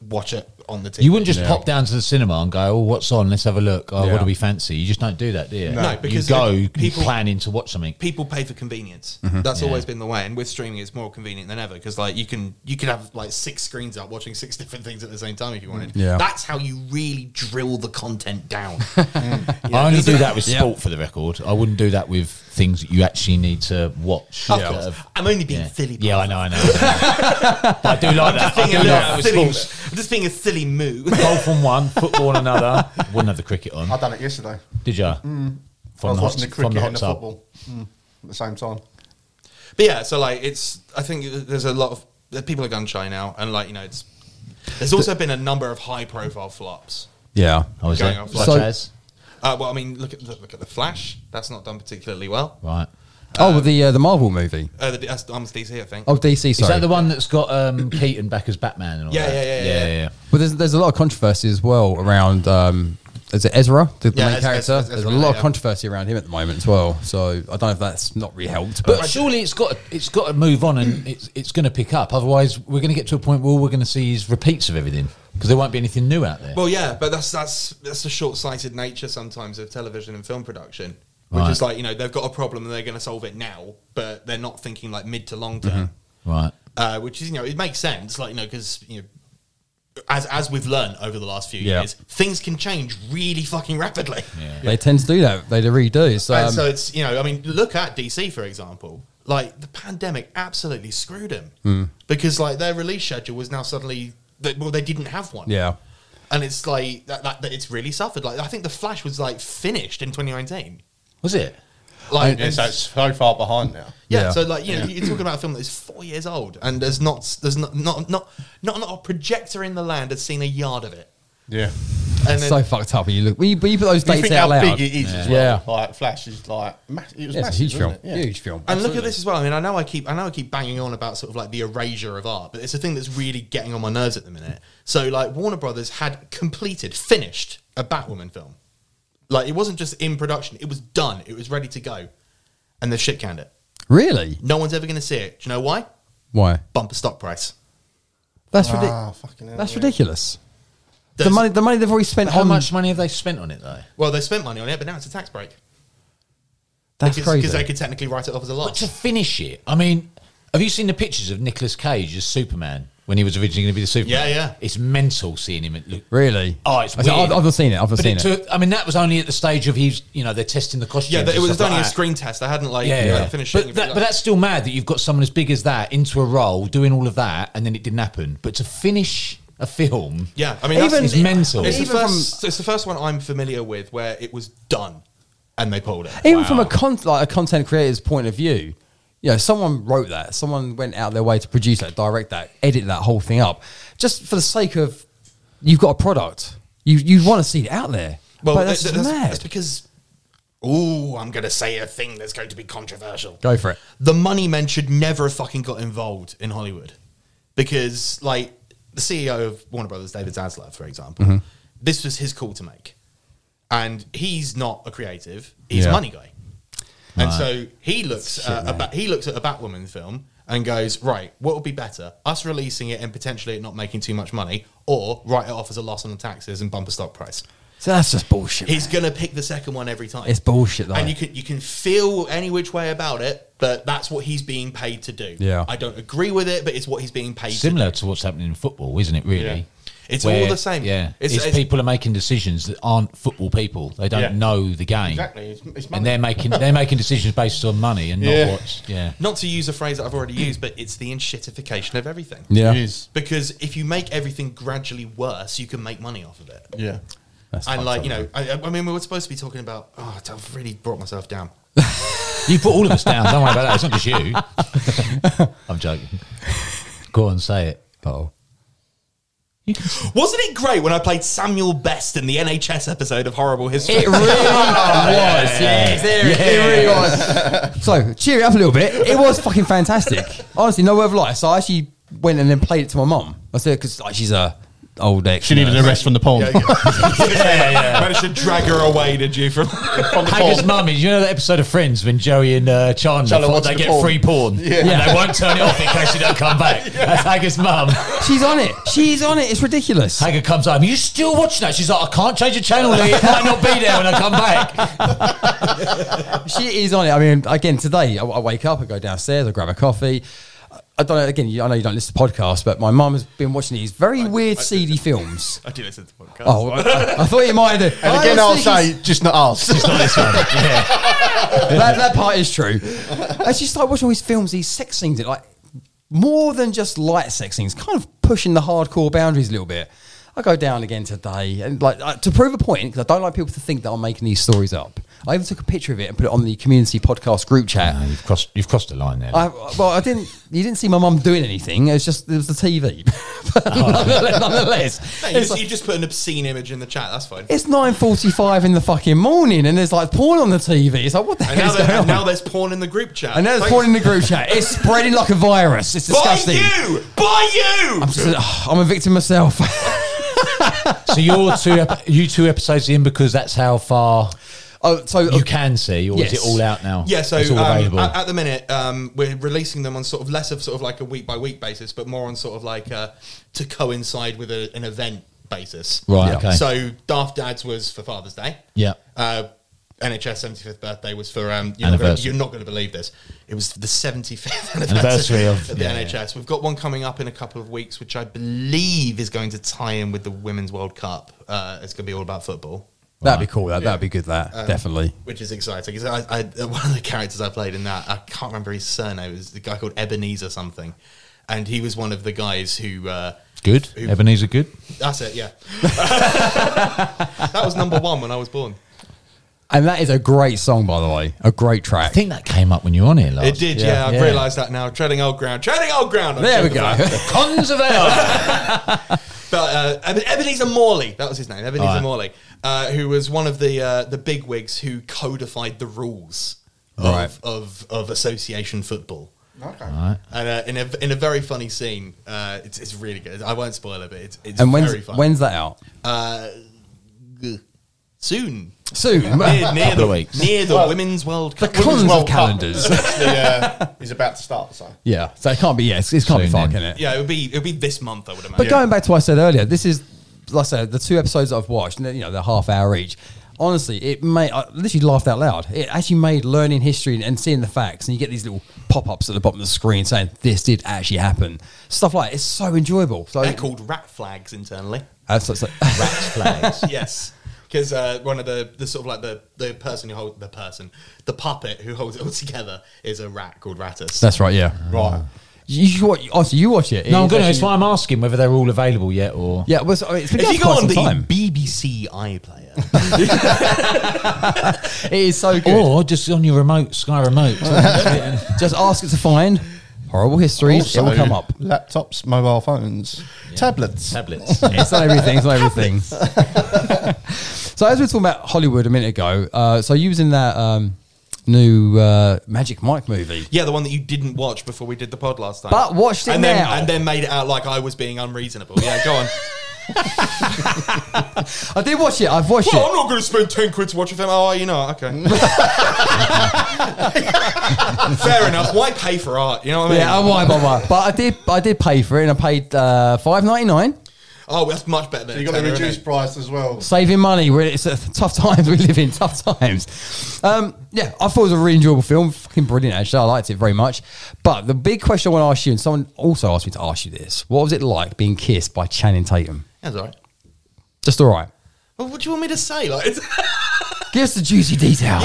[SPEAKER 7] watch it on the TV.
[SPEAKER 1] Hmm. you wouldn't just pop down to the cinema and go, "Oh, what's on? Let's have a look." Oh,
[SPEAKER 2] Yeah.
[SPEAKER 1] what do we fancy? You just don't do that, do you?
[SPEAKER 7] No, because
[SPEAKER 1] you go
[SPEAKER 7] if people-
[SPEAKER 1] planning to watch something.
[SPEAKER 7] People pay for convenience.
[SPEAKER 1] Mm-hmm.
[SPEAKER 7] That's always been the way. And with streaming, it's more convenient than ever because like you can you can have like six screens up watching six different things at the same time if you wanted.
[SPEAKER 2] Yeah.
[SPEAKER 7] That's how you really drill the content down.
[SPEAKER 1] I only
[SPEAKER 7] there's
[SPEAKER 1] do
[SPEAKER 7] a-
[SPEAKER 1] that with sport, for the record. I wouldn't do that with things that you actually need to watch.
[SPEAKER 7] Of
[SPEAKER 1] that
[SPEAKER 7] course.
[SPEAKER 1] have-
[SPEAKER 7] I'm only being
[SPEAKER 1] yeah.
[SPEAKER 7] silly.
[SPEAKER 1] Yeah, I know, I know. I know. But I do like that. I
[SPEAKER 7] Being
[SPEAKER 1] do
[SPEAKER 7] a
[SPEAKER 1] like
[SPEAKER 7] little
[SPEAKER 1] that with
[SPEAKER 7] silly-
[SPEAKER 1] sports.
[SPEAKER 7] I'm just being a silly moo.
[SPEAKER 1] Golf on one, football on another. Wouldn't have the cricket on.
[SPEAKER 4] I done it yesterday.
[SPEAKER 1] Did you?
[SPEAKER 4] Mm. I
[SPEAKER 1] From,
[SPEAKER 4] was
[SPEAKER 1] the hot,
[SPEAKER 4] watching the
[SPEAKER 1] from
[SPEAKER 4] cricket
[SPEAKER 1] the hot
[SPEAKER 4] and the
[SPEAKER 1] tub.
[SPEAKER 4] football mm, at the same time.
[SPEAKER 7] But yeah, so like it's I think there's a lot of the people are gun shy now, and like you know it's there's also been a number of high profile flops.
[SPEAKER 2] Yeah.
[SPEAKER 1] Oh, is
[SPEAKER 7] Going
[SPEAKER 1] it?
[SPEAKER 7] off
[SPEAKER 1] Such
[SPEAKER 2] like-
[SPEAKER 1] as?
[SPEAKER 7] Uh, well, I mean look at look, look at the Flash. That's not done particularly well.
[SPEAKER 1] Right.
[SPEAKER 2] Oh, the uh, the Marvel movie.
[SPEAKER 7] Uh, the, that's almost DC, I think.
[SPEAKER 2] Oh, DC. Sorry.
[SPEAKER 1] Is that the one that's got um, Keaton back as Batman and all
[SPEAKER 7] Yeah,
[SPEAKER 1] that?
[SPEAKER 7] yeah, yeah, yeah,
[SPEAKER 1] yeah,
[SPEAKER 7] yeah.
[SPEAKER 1] yeah.
[SPEAKER 2] But there's, there's a lot of controversy as well around. Um, is it Ezra, the, the
[SPEAKER 7] Yeah,
[SPEAKER 2] main
[SPEAKER 7] Ez-
[SPEAKER 2] character?
[SPEAKER 7] Ez- Ez-
[SPEAKER 2] there's a
[SPEAKER 7] Ezra,
[SPEAKER 2] lot of
[SPEAKER 7] yeah.
[SPEAKER 2] controversy around him at the moment as well. So I don't know if that's not really helped. But
[SPEAKER 1] But surely it's got it's got to move on and it's it's going to pick up. Otherwise, we're going to get to a point where all we're going to see is repeats of everything because there won't be anything new out there.
[SPEAKER 7] Well, yeah, but that's that's that's the short-sighted nature sometimes of television and film production, which
[SPEAKER 1] Right.
[SPEAKER 7] is like you know they've got a problem and they're going to solve it now, but they're not thinking like mid to long term.
[SPEAKER 1] right.
[SPEAKER 7] uh, which is you know it makes sense, like you know because you know. As, as we've learned over the last few
[SPEAKER 2] Yeah.
[SPEAKER 7] years, things can change really fucking rapidly.
[SPEAKER 2] they tend to do that. They really do. So, um,
[SPEAKER 7] and so it's you know I mean look at DC for example. Like the pandemic absolutely screwed them
[SPEAKER 2] Hmm.
[SPEAKER 7] because like their release schedule was now suddenly they, well they didn't have one.
[SPEAKER 2] yeah.
[SPEAKER 7] and it's like that, that, that it's really suffered. Like I think the Flash was like finished in 2019.
[SPEAKER 1] Was it?
[SPEAKER 7] Like
[SPEAKER 4] Yeah, so it's so far behind now.
[SPEAKER 7] yeah,
[SPEAKER 2] Yeah.
[SPEAKER 7] so like you know, you're talking about a film that is four years old, and there's not there's not not not not, not a projector in the land has seen a yard of it.
[SPEAKER 4] Yeah.
[SPEAKER 7] And
[SPEAKER 2] so
[SPEAKER 7] then,
[SPEAKER 2] fucked up. When you look, when you, when you put those
[SPEAKER 4] You
[SPEAKER 2] dates
[SPEAKER 4] think
[SPEAKER 2] out
[SPEAKER 4] how
[SPEAKER 2] loud.
[SPEAKER 4] big it is as well.
[SPEAKER 2] Yeah. Oh,
[SPEAKER 4] Like Flash is like ma- it was
[SPEAKER 2] Yeah, it's a
[SPEAKER 4] massive,
[SPEAKER 2] huge film.
[SPEAKER 4] wasn't it? Yeah.
[SPEAKER 2] Huge film.
[SPEAKER 7] and look at this as well. I mean, I know I keep I know I keep banging on about sort of like the erasure of art, but it's a thing that's really getting on my nerves at the minute. So like Warner Brothers had completed, finished a Batwoman film. Like it wasn't just in production; it was done. It was ready to go, and they shit canned it.
[SPEAKER 2] Really?
[SPEAKER 7] No one's ever going to see it. Do you know why?
[SPEAKER 2] Why?
[SPEAKER 7] Bumper stock price.
[SPEAKER 2] That's
[SPEAKER 4] Ah,
[SPEAKER 2] ridiculous.
[SPEAKER 4] fucking hell,
[SPEAKER 2] That's
[SPEAKER 4] yeah.
[SPEAKER 2] ridiculous. The
[SPEAKER 7] There's-
[SPEAKER 2] money, the money they've already spent.
[SPEAKER 1] How
[SPEAKER 2] on,
[SPEAKER 1] much money have they spent on it though?
[SPEAKER 7] Well, they spent money on it, but now it's a tax break.
[SPEAKER 2] That's crazy.
[SPEAKER 7] Because they could technically write it off as a
[SPEAKER 1] But
[SPEAKER 7] loss.
[SPEAKER 1] to finish it, I mean, have you seen the pictures of Nicolas Cage as Superman when he was originally going to be the Superman?
[SPEAKER 7] Yeah, yeah.
[SPEAKER 1] It's mental seeing him. At, look,
[SPEAKER 2] Really?
[SPEAKER 1] Oh, it's
[SPEAKER 2] I said,
[SPEAKER 1] weird.
[SPEAKER 2] I've, I've not seen it. I've not
[SPEAKER 1] but
[SPEAKER 2] seen
[SPEAKER 1] it
[SPEAKER 2] it.
[SPEAKER 1] took. I mean, that was only at the stage of he's. You know, they're testing the costumes.
[SPEAKER 7] yeah, but it
[SPEAKER 1] and
[SPEAKER 7] was
[SPEAKER 1] stuff
[SPEAKER 7] only
[SPEAKER 1] like
[SPEAKER 7] a
[SPEAKER 1] that.
[SPEAKER 7] screen test. They hadn't like,
[SPEAKER 1] Yeah, yeah.
[SPEAKER 7] like finished
[SPEAKER 1] but,
[SPEAKER 7] shooting.
[SPEAKER 1] that,
[SPEAKER 7] it.
[SPEAKER 1] but that's still mad that you've got someone as big as that into a role doing all of that and then it didn't happen. But to finish a film,
[SPEAKER 7] yeah, I mean,
[SPEAKER 1] even
[SPEAKER 7] that's,
[SPEAKER 1] it's mental.
[SPEAKER 7] it's, the
[SPEAKER 2] even
[SPEAKER 7] first, it's the first one I'm familiar with where it was done and they pulled it.
[SPEAKER 2] Even from a con- like a content creator's point of view, you know, someone wrote that. Someone went out their way to produce that, direct that, edit that whole thing up, just for the sake of you've got a product. You you want to see it out there. but
[SPEAKER 7] Well, th-
[SPEAKER 2] that's,
[SPEAKER 7] th- that's,
[SPEAKER 2] mad.
[SPEAKER 7] that's because. Ooh, I'm going to say a thing that's going to be controversial.
[SPEAKER 2] Go for it.
[SPEAKER 7] the money men should never have fucking got involved in Hollywood because, like, the CEO of Warner Brothers, David Zaslav, for example, this was his call to make, and he's not a creative; he's a money guy, and so he looks at a Bat- he looks at a Batwoman film and goes, "Right, what would be better, us releasing it and potentially it not making too much money, or write it off as a loss on the taxes and bumper stock price?"
[SPEAKER 2] So that's just bullshit.
[SPEAKER 7] He's gonna pick the second one every time.
[SPEAKER 2] It's bullshit, though.
[SPEAKER 7] And you can you can feel any which way about it, but that's what he's being paid to do.
[SPEAKER 2] Yeah.
[SPEAKER 7] I don't agree with it, but it's what he's being paid
[SPEAKER 1] similar to what's happening in football, isn't it? Really,
[SPEAKER 7] Yeah. It's all the same.
[SPEAKER 1] Yeah,
[SPEAKER 7] It's-
[SPEAKER 1] it's,
[SPEAKER 7] it's-
[SPEAKER 1] people are making decisions that aren't football people. They don't
[SPEAKER 4] Yeah.
[SPEAKER 1] know the game,
[SPEAKER 4] Exactly. It's, it's
[SPEAKER 1] and they're making they're making decisions based on money and
[SPEAKER 4] Yeah.
[SPEAKER 1] not what's yeah.
[SPEAKER 7] to do. Not to use a phrase that I've already used, but it's the enshittification of everything.
[SPEAKER 2] yeah.
[SPEAKER 4] It is.
[SPEAKER 7] Because if you make everything gradually worse, you can make money off of it.
[SPEAKER 4] Yeah.
[SPEAKER 7] and like, you know, I, I mean, we were supposed to be talking about, oh, I've really brought myself down.
[SPEAKER 1] You put all of us down. Don't worry about that. It's not just you. I'm joking. Go on, say it.
[SPEAKER 2] Oh.
[SPEAKER 7] Wasn't it great when I played Samuel Best in the NHS episode of Horrible History?
[SPEAKER 2] It really was.
[SPEAKER 7] Yes, there it
[SPEAKER 2] It really was. So cheer it up a little bit. It was fucking fantastic. Honestly, no word of lie. So I actually went and then played it to my mum. I said because like she's a old ex.
[SPEAKER 4] She needed a rest from the porn.
[SPEAKER 7] Managed to drag her away, did you? From
[SPEAKER 4] From the
[SPEAKER 1] Haggard's
[SPEAKER 4] porn.
[SPEAKER 1] mummy. You know that episode of Friends when Joey and uh, Chandler,
[SPEAKER 4] Chandler
[SPEAKER 1] thought
[SPEAKER 4] wants
[SPEAKER 1] they
[SPEAKER 4] the
[SPEAKER 1] get
[SPEAKER 4] porn.
[SPEAKER 1] free porn, and they won't turn it off in case you don't come back. That's Haggard's mum.
[SPEAKER 2] She's on it. She's on it. It's ridiculous.
[SPEAKER 1] Haggard comes home. You still watching that? She's like, I can't change the channel. Lee. It might not be there when I come back.
[SPEAKER 2] She is on it. I mean, again, today I, I wake up, I go downstairs, I grab a coffee. I- I don't know. Again, you- I know you don't listen to podcasts, but my mum has been watching these very weird,
[SPEAKER 7] I-
[SPEAKER 2] seedy films.
[SPEAKER 7] I do listen to podcasts.
[SPEAKER 2] Oh, I, I thought you might. Have,
[SPEAKER 4] And
[SPEAKER 2] I
[SPEAKER 4] again,
[SPEAKER 2] was
[SPEAKER 4] I'll
[SPEAKER 2] thinking-
[SPEAKER 4] say, just not us.
[SPEAKER 2] that, that part is true. I just like watching all these films, these sex scenes, it like more than just light sex scenes, kind of pushing the hardcore boundaries a little bit. I go down again today, and like uh, to prove a point, because I don't like people to think that I'm making these stories up. I even took a picture of it and put it on the community podcast group chat.
[SPEAKER 1] No, you've crossed you've crossed the line there.
[SPEAKER 2] I, well, I didn't. You didn't see my mum doing anything. It was just it was the TV. But nonetheless, nonetheless,
[SPEAKER 7] No, you,
[SPEAKER 2] it's
[SPEAKER 7] just, you just put an obscene image in the chat. That's fine.
[SPEAKER 2] it's nine forty-five in the fucking morning, and there's like porn on the TV. It's like what the
[SPEAKER 7] And
[SPEAKER 2] hell
[SPEAKER 7] now,
[SPEAKER 2] is going
[SPEAKER 7] there,
[SPEAKER 2] on?
[SPEAKER 7] and now there's porn in the group chat.
[SPEAKER 2] And now there's
[SPEAKER 7] Thanks.
[SPEAKER 2] porn in the group chat. It's spreading like a virus. It's
[SPEAKER 7] By
[SPEAKER 2] disgusting.
[SPEAKER 7] you! By you!
[SPEAKER 2] I'm, just- oh, I'm a victim myself.
[SPEAKER 1] so your two ep- you two episodes in because that's how far
[SPEAKER 2] oh, so
[SPEAKER 1] you can see, or is
[SPEAKER 2] Yes.
[SPEAKER 1] it all out now?
[SPEAKER 7] Yeah, so
[SPEAKER 1] it's all
[SPEAKER 7] um,
[SPEAKER 1] available.
[SPEAKER 7] at, at the minute um, we're releasing them on sort of less of sort of like a week by week basis, but more on sort of like uh, to coincide with a, an event basis.
[SPEAKER 1] Right, Yeah. okay.
[SPEAKER 7] So Daft Dads was for Father's Day.
[SPEAKER 1] Yeah.
[SPEAKER 7] Uh, NHS 75th birthday was for um. You're, not gonna,
[SPEAKER 1] Anniversary.
[SPEAKER 7] you're not going to believe this. It was the 75th
[SPEAKER 1] Anniversary
[SPEAKER 7] anniversary
[SPEAKER 1] of-
[SPEAKER 7] of the
[SPEAKER 1] yeah,
[SPEAKER 7] NHS. We've got one coming up in a couple of weeks, which I believe is going to tie in with the Women's World Cup. Uh, it's going to be all about football
[SPEAKER 2] that'd be cool. That, That'd be good. That
[SPEAKER 7] Um,
[SPEAKER 2] definitely.
[SPEAKER 7] which is exciting. 'cause I, I, one of the characters I played in that, I can't remember his surname. It was the guy called Ebenezer something, and he was one of the guys who. Uh,
[SPEAKER 1] good. Ebenezer, good.
[SPEAKER 7] that's it. Yeah, that was number one when I was born.
[SPEAKER 2] And that is a great song, by the way. A great track.
[SPEAKER 1] I think that came up when you were on here last.
[SPEAKER 7] It did. Yeah, I've
[SPEAKER 1] Yeah.
[SPEAKER 7] realised that now. Treading old ground. Treading old ground. I've
[SPEAKER 2] there we
[SPEAKER 7] said
[SPEAKER 2] go.
[SPEAKER 7] that.
[SPEAKER 1] Cons of Ella.
[SPEAKER 7] But uh, Eben- Ebenezer Morley, that was his name. Ebenezer
[SPEAKER 1] Alright.
[SPEAKER 7] Morley, uh, who was one of the uh, the bigwigs who codified the rules of,
[SPEAKER 2] Right.
[SPEAKER 7] of of association football.
[SPEAKER 4] Okay.
[SPEAKER 7] And uh, in a in a very funny scene, uh, it's it's really good. I won't spoil it, but it's it's
[SPEAKER 2] and
[SPEAKER 7] very
[SPEAKER 2] when's
[SPEAKER 7] funny.
[SPEAKER 2] when's that out?
[SPEAKER 7] soon
[SPEAKER 2] Soon.
[SPEAKER 7] near, near the
[SPEAKER 1] weeks.
[SPEAKER 7] near the
[SPEAKER 4] Well,
[SPEAKER 7] women's World
[SPEAKER 2] the
[SPEAKER 7] Cup.
[SPEAKER 2] cons of
[SPEAKER 4] World Cup.
[SPEAKER 2] calendars.
[SPEAKER 4] The, uh, is about to start, so.
[SPEAKER 2] yeah. So it can't be. Yes, it can't be
[SPEAKER 1] Soon
[SPEAKER 2] far,
[SPEAKER 1] then.
[SPEAKER 2] can it?
[SPEAKER 7] yeah, it would be it would be this month, I would
[SPEAKER 2] But
[SPEAKER 7] imagine.
[SPEAKER 2] going back to what I said earlier, this is like I said, the two episodes that I've watched, and they're, you know, they're half hour each. Honestly, it made I literally laughed out loud. It actually made learning history and, and seeing the facts, and you get these little pop ups at the bottom of the screen saying this did actually happen. Stuff like it's so enjoyable. So,
[SPEAKER 7] They're called rat flags internally.
[SPEAKER 2] Uh, so- so-
[SPEAKER 1] flags.
[SPEAKER 7] yes. Because uh, one of the, the sort of like the, the person who holds the person, the puppet who holds it all together is a rat called Ratus.
[SPEAKER 2] that's right. Yeah,
[SPEAKER 4] Right.
[SPEAKER 2] You, should watch. Also, you watch it.
[SPEAKER 1] No, I'm
[SPEAKER 2] It's
[SPEAKER 1] gonna. It's
[SPEAKER 2] actually-
[SPEAKER 1] why I'm asking whether they're all available yet or.
[SPEAKER 2] Yeah, well, so, I mean, it's been
[SPEAKER 7] if
[SPEAKER 2] out
[SPEAKER 7] you
[SPEAKER 2] for
[SPEAKER 7] go
[SPEAKER 2] quite some
[SPEAKER 7] on the
[SPEAKER 2] time.
[SPEAKER 7] BBC iPlayer,
[SPEAKER 2] it is so good.
[SPEAKER 1] Or just on your remote, Sky remote.
[SPEAKER 2] Just ask it to find horrible histories. it will
[SPEAKER 4] Also,
[SPEAKER 2] come up.
[SPEAKER 4] Laptops, mobile phones, tablets.
[SPEAKER 1] tablets.
[SPEAKER 2] It's not everything. It's not everything. so as we were talking about Hollywood a minute ago, uh, so you was in that um, new uh, Magic Mike movie.
[SPEAKER 7] yeah, the one that you didn't watch before we did the pod last time,
[SPEAKER 2] But watched it
[SPEAKER 7] and
[SPEAKER 2] now.
[SPEAKER 7] then and then made it out like I was being unreasonable. Yeah, go on.
[SPEAKER 2] I did watch it. I've watched
[SPEAKER 7] Well,
[SPEAKER 2] it.
[SPEAKER 7] I'm not going to spend 10 quid to watch a film. Oh, you know, okay. Fair enough. Why pay for art? You know what I mean?
[SPEAKER 2] Yeah, I why bother? But I did. I did pay for it, and I paid uh, five ninety nine.
[SPEAKER 7] oh, that's much better than
[SPEAKER 4] You got the
[SPEAKER 7] Taylor, isn't
[SPEAKER 4] reduced
[SPEAKER 7] it?
[SPEAKER 4] price as well.
[SPEAKER 2] saving money. We're, it's a tough times we live in. Tough times. Um, yeah, I thought it was a really enjoyable film. Fucking brilliant, actually. I liked it very much. But the big question I want to ask you, and someone also asked me to ask you this: What was it like being kissed by Channing Tatum?
[SPEAKER 7] That's all right.
[SPEAKER 2] Just all right.
[SPEAKER 7] Well, what do you want me to say? Like, it's,
[SPEAKER 2] Give us the juicy details.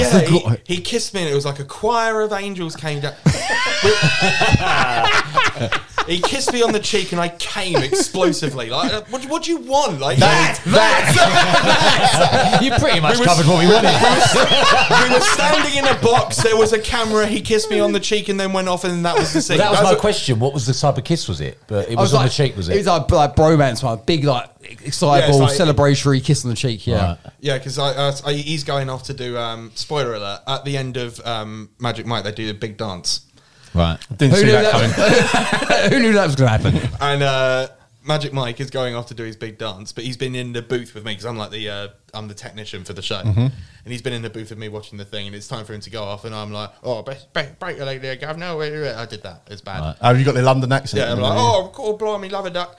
[SPEAKER 7] yeah,
[SPEAKER 2] The gl-
[SPEAKER 7] he, he kissed me, and it was like a choir of angels came down. he kissed me on the cheek, and I came explosively. Like, uh, what, do- what do you want? Like, that,
[SPEAKER 1] you pretty much
[SPEAKER 7] was-
[SPEAKER 1] covered what we wanted.
[SPEAKER 7] we were standing in a box. There was a camera. He kissed me on the cheek, and then went off, and that was the scene.
[SPEAKER 1] That was
[SPEAKER 7] That's
[SPEAKER 1] my
[SPEAKER 7] a-
[SPEAKER 1] question. What was the type of kiss? Was it? But it was, on
[SPEAKER 2] like-
[SPEAKER 1] the cheek. Was it?
[SPEAKER 2] It was like, like bromance one, big like excitable
[SPEAKER 7] Yeah, it's like-
[SPEAKER 2] celebratory kiss on the cheek. Yeah.
[SPEAKER 1] Right.
[SPEAKER 7] Yeah, because I, uh, I, he's going off to do um, spoiler alert at the end of um, Magic Mike. They do a big dance,
[SPEAKER 1] right.
[SPEAKER 4] Didn't
[SPEAKER 2] Who
[SPEAKER 4] see
[SPEAKER 2] knew
[SPEAKER 4] that
[SPEAKER 2] that,
[SPEAKER 4] coming.
[SPEAKER 2] Who knew that was going to happen?
[SPEAKER 7] and uh, Magic Mike is going off to do his big dance. But he's been in the booth with me because I'm like the uh, I'm the technician for the show, and he's been in the booth with me watching the thing. And it's time for him to go off, and I'm like, oh, best, break, break your leg there, Governor. I did that. It's bad.
[SPEAKER 4] Oh, you got the London accent.
[SPEAKER 7] Yeah, I'm like, oh, cool, blimey, love a duck.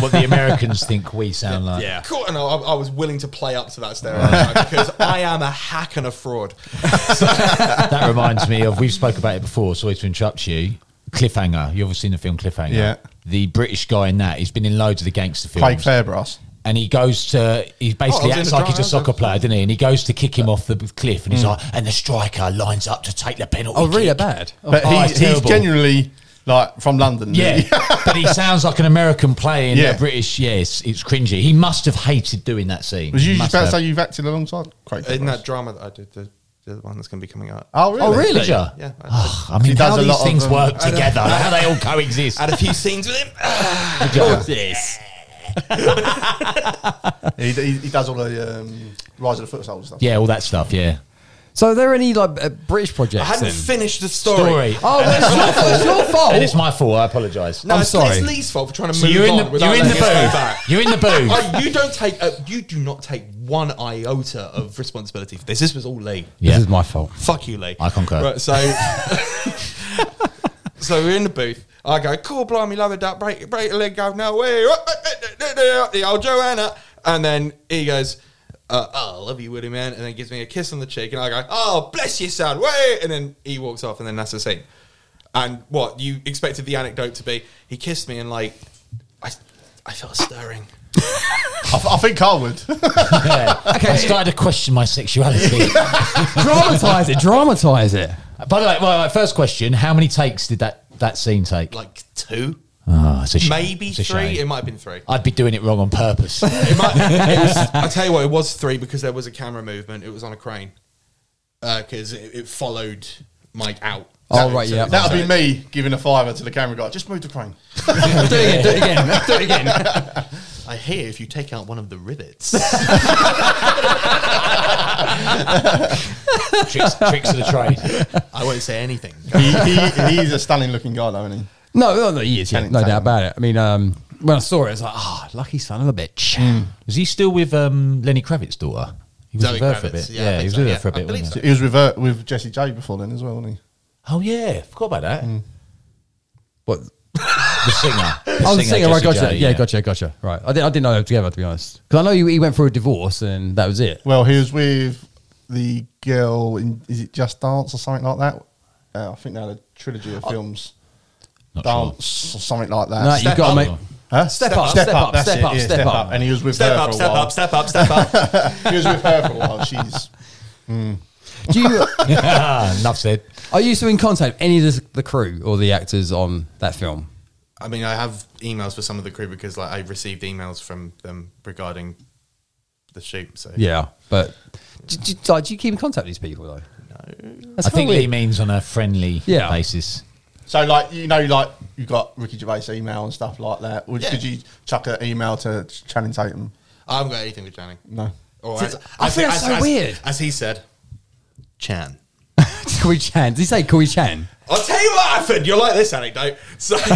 [SPEAKER 1] What the Americans think we sound like.
[SPEAKER 2] Yeah.
[SPEAKER 7] Cool. And I, I was willing to play up to that stereotype because I am a hack and a fraud.
[SPEAKER 1] That reminds me of we've spoke about it before. Sorry to interrupt you. Cliffhanger. You've ever seen the film Cliffhanger?
[SPEAKER 4] Yeah.
[SPEAKER 1] The British guy in that, he's been in loads of the gangster films.
[SPEAKER 4] Craig Fairbrass.
[SPEAKER 1] and he goes to he
[SPEAKER 7] Oh, I
[SPEAKER 1] basically
[SPEAKER 7] was in
[SPEAKER 1] acts
[SPEAKER 7] the
[SPEAKER 1] like he's a
[SPEAKER 7] drama,
[SPEAKER 1] soccer
[SPEAKER 7] okay.
[SPEAKER 1] player, didn't he? And he goes to kick him off the cliff, and he's like, and the striker lines up to take the penalty.
[SPEAKER 2] Oh, really
[SPEAKER 1] kick.
[SPEAKER 2] bad.
[SPEAKER 4] But
[SPEAKER 1] Oh,
[SPEAKER 4] he,
[SPEAKER 1] it's
[SPEAKER 4] he's
[SPEAKER 1] terrible.
[SPEAKER 4] genuinely like from London.
[SPEAKER 1] Yeah, but he sounds like an American playing
[SPEAKER 4] Yeah.
[SPEAKER 1] a British. Yes, it's cringy. He must have hated doing that scene.
[SPEAKER 4] Was you just
[SPEAKER 1] Must
[SPEAKER 4] about to
[SPEAKER 1] have.
[SPEAKER 4] say you've acted alongside Craig?
[SPEAKER 7] In
[SPEAKER 4] Fairbrass?
[SPEAKER 7] that drama that I did, the, the one that's going to be coming out.
[SPEAKER 4] Oh really?
[SPEAKER 1] Oh, really? Did ya?
[SPEAKER 7] Yeah.
[SPEAKER 1] Ugh, I mean,
[SPEAKER 4] does
[SPEAKER 1] how
[SPEAKER 4] a lot
[SPEAKER 1] these
[SPEAKER 4] of,
[SPEAKER 1] things
[SPEAKER 4] um,
[SPEAKER 1] work together, how they all coexist.
[SPEAKER 7] Had a few scenes with him.
[SPEAKER 1] Did ya?
[SPEAKER 7] yes.
[SPEAKER 4] He, he, he does all the um, Rise of the Foot Soldiers stuff.
[SPEAKER 1] Yeah, all that stuff. Yeah.
[SPEAKER 2] So are there any like uh, British
[SPEAKER 7] I
[SPEAKER 2] projects?
[SPEAKER 7] hadn't
[SPEAKER 2] then?
[SPEAKER 7] finished the story.
[SPEAKER 1] Story.
[SPEAKER 2] Oh, that's your fault. It's your fault.
[SPEAKER 1] And it's my fault. I apologise.
[SPEAKER 7] Oh. No,
[SPEAKER 2] I'm
[SPEAKER 7] it's,
[SPEAKER 2] sorry.
[SPEAKER 7] It's Lee's fault for trying to
[SPEAKER 1] So
[SPEAKER 7] move
[SPEAKER 1] you're in
[SPEAKER 7] on
[SPEAKER 1] the
[SPEAKER 7] without
[SPEAKER 1] you're in the
[SPEAKER 7] letting us go
[SPEAKER 1] booth.
[SPEAKER 7] back.
[SPEAKER 1] You're in the booth.
[SPEAKER 7] Oh, you don't take. Uh, you do not take one iota of responsibility for this. This was all Lee.
[SPEAKER 1] Yeah.
[SPEAKER 2] This is my fault.
[SPEAKER 7] Fuck you, Lee.
[SPEAKER 1] I concur.
[SPEAKER 7] Right, so, so we're in the booth. I go, cool, blimey, love it, duck, break, break a leg, go, no way, the old Joanna. And then he goes, uh, oh, I love you, Woody, man. And then gives me a kiss on the cheek. And I go, oh, bless you, son, way. And then he walks off, and then that's the scene. And what, you expected the anecdote to be, he kissed me, and like, I, I felt stirring.
[SPEAKER 4] I, th- I think I would.
[SPEAKER 1] Okay. I started to question my sexuality.
[SPEAKER 2] dramatize it. Dramatize it.
[SPEAKER 1] By the way, well, right, first question: How many takes did that that scene take?
[SPEAKER 7] Like, two,
[SPEAKER 1] Oh, it's a shame.
[SPEAKER 7] maybe
[SPEAKER 1] It's a
[SPEAKER 7] three. It
[SPEAKER 1] shame.
[SPEAKER 7] might have been three.
[SPEAKER 1] I'd be doing it wrong on purpose.
[SPEAKER 7] It might, it was, I tell you what, it was three because there was a camera movement. It was on a crane because it, it followed Mike out.
[SPEAKER 2] Oh, right, yeah.
[SPEAKER 4] That would be me giving a fiver to the camera guy. Just move the crane.
[SPEAKER 7] do it again, do it again, do it again. I hear if you take out one of the rivets.
[SPEAKER 1] tricks, tricks of the trade.
[SPEAKER 7] I won't say anything.
[SPEAKER 4] He, he, he's a stunning looking guy, though, isn't he?
[SPEAKER 2] No, no, no, he is. Yeah,
[SPEAKER 4] Can't
[SPEAKER 2] no
[SPEAKER 4] tell.
[SPEAKER 2] doubt about it. I mean, um, when I saw it, I was like, ah, lucky son of a bitch.
[SPEAKER 1] Is he still with um, Lenny Kravitz's daughter? He was
[SPEAKER 7] Zoe
[SPEAKER 1] with her for a
[SPEAKER 7] Kravitz,
[SPEAKER 1] bit.
[SPEAKER 7] yeah, I
[SPEAKER 1] Yeah,
[SPEAKER 7] think
[SPEAKER 1] he was
[SPEAKER 7] so,
[SPEAKER 1] with
[SPEAKER 7] yeah.
[SPEAKER 1] her for a
[SPEAKER 7] I
[SPEAKER 1] bit.
[SPEAKER 7] believe
[SPEAKER 1] Wasn't
[SPEAKER 4] He was with, her, with Jesse J before then as well, wasn't he?
[SPEAKER 1] he? Oh yeah, forgot about that.
[SPEAKER 2] Hmm. What?
[SPEAKER 1] The singer. The
[SPEAKER 2] I was thinking, Oh, right,
[SPEAKER 1] Jessie
[SPEAKER 2] gotcha.
[SPEAKER 1] J,
[SPEAKER 2] yeah, gotcha, gotcha. Right. I didn't, I didn't know they were together, to be honest. Because I know you, he went through a divorce and that was it.
[SPEAKER 4] Well, he was with the girl in, is it Just Dance or something like that? Uh, I think they had a trilogy of films.
[SPEAKER 1] Not sure.
[SPEAKER 4] Dance or something like that.
[SPEAKER 2] No, you've got to
[SPEAKER 7] up.
[SPEAKER 2] make.
[SPEAKER 4] Huh?
[SPEAKER 2] Step up, step up,
[SPEAKER 4] that's
[SPEAKER 2] step
[SPEAKER 4] it,
[SPEAKER 2] up,
[SPEAKER 4] yeah,
[SPEAKER 2] step up.
[SPEAKER 4] And he was with
[SPEAKER 7] Step
[SPEAKER 4] her
[SPEAKER 7] up,
[SPEAKER 4] for a
[SPEAKER 7] step
[SPEAKER 4] while.
[SPEAKER 7] up, step up, step up.
[SPEAKER 4] He was with her for a while. She's
[SPEAKER 2] Do you,
[SPEAKER 1] Enough said.
[SPEAKER 2] are you still in contact with any of the, the crew or the actors on that film?
[SPEAKER 7] I mean, I have emails for some of the crew because like I received emails from them regarding the shoot. So
[SPEAKER 2] Yeah. But do, do, like, do you keep in contact with these people, though? No. That's
[SPEAKER 1] I think
[SPEAKER 2] kinda
[SPEAKER 1] he
[SPEAKER 2] weird.
[SPEAKER 1] means on a friendly
[SPEAKER 2] Yeah.
[SPEAKER 1] basis.
[SPEAKER 4] so like you know like you got Ricky Gervais email and stuff like that. Would, Did you chuck an email to Channing Tatum?
[SPEAKER 7] I haven't got anything with Channing.
[SPEAKER 4] No.
[SPEAKER 7] Or
[SPEAKER 2] See, I feel that's so weird.
[SPEAKER 7] As he said, Chan.
[SPEAKER 2] Koi Chan. Did he say Koi Chan?
[SPEAKER 7] I'll tell you what happened. You'll like this anecdote. So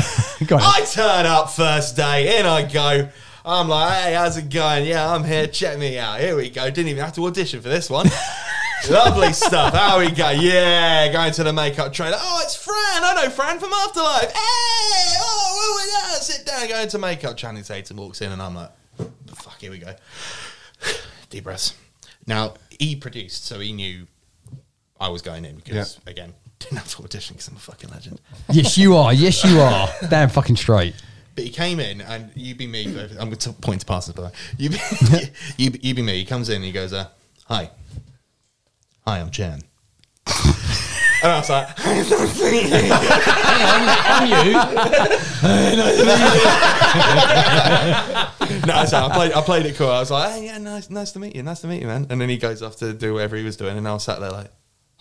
[SPEAKER 2] Go on.
[SPEAKER 7] I turn up first day, in I go. I'm like, hey, how's it going? Yeah, I'm here. Check me out. Here we go. Didn't even have to audition for this one. Lovely stuff. How we go? Yeah, going to the makeup trailer. Oh, it's Fran. I know Fran from Afterlife. Hey, oh, well, well, yeah, sit down. Going to makeup. Channing Tatum walks in, and I'm like, fuck, here we go. Deep breaths. Now he produced, so he knew I was going in because again didn't have to audition because I'm a fucking legend.
[SPEAKER 2] Yes, you are. Yes, you are. Damn fucking straight.
[SPEAKER 7] But he came in and you be me. I'm going to point to passes, by the way. You be, you, be- you be me. He comes in and he goes, uh, "Hi, hi, I'm Jan." and I was like, "No, so I played. I played it cool. I was like, hey, yeah, nice, nice to meet you, nice to meet you, man." And then he goes off to do whatever he was doing, and I was sat there like,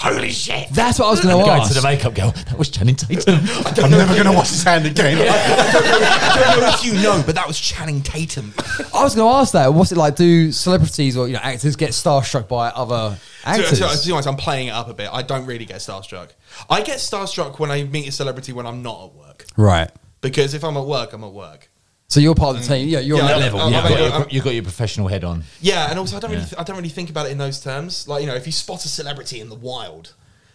[SPEAKER 7] "Holy shit!"
[SPEAKER 2] That's what I was going to
[SPEAKER 1] Going
[SPEAKER 2] ask.
[SPEAKER 1] to the makeup girl. That was Channing Tatum.
[SPEAKER 4] I'm never going to wash his hand again.
[SPEAKER 7] I don't know if you know, but that was Channing Tatum.
[SPEAKER 2] I was going to ask that. What's it like? Do celebrities or you know actors get starstruck by other
[SPEAKER 7] To-
[SPEAKER 2] actors?
[SPEAKER 7] to- to be honest, I'm playing it up a bit. I don't really get starstruck. I get starstruck when I meet a celebrity when I'm not at work.
[SPEAKER 2] right.
[SPEAKER 7] Because if I'm at work, I'm at work.
[SPEAKER 2] So you're part of the team. Yeah, you're
[SPEAKER 7] Mm. Yeah,
[SPEAKER 2] on that
[SPEAKER 7] I'm-
[SPEAKER 2] level.
[SPEAKER 7] I'm-
[SPEAKER 2] yeah.
[SPEAKER 7] I'm-
[SPEAKER 1] You've got your- you've got your professional head on.
[SPEAKER 7] Yeah, and also I don't really, th- I don't really think about it in those terms. Like you know, if you spot a celebrity in the wild,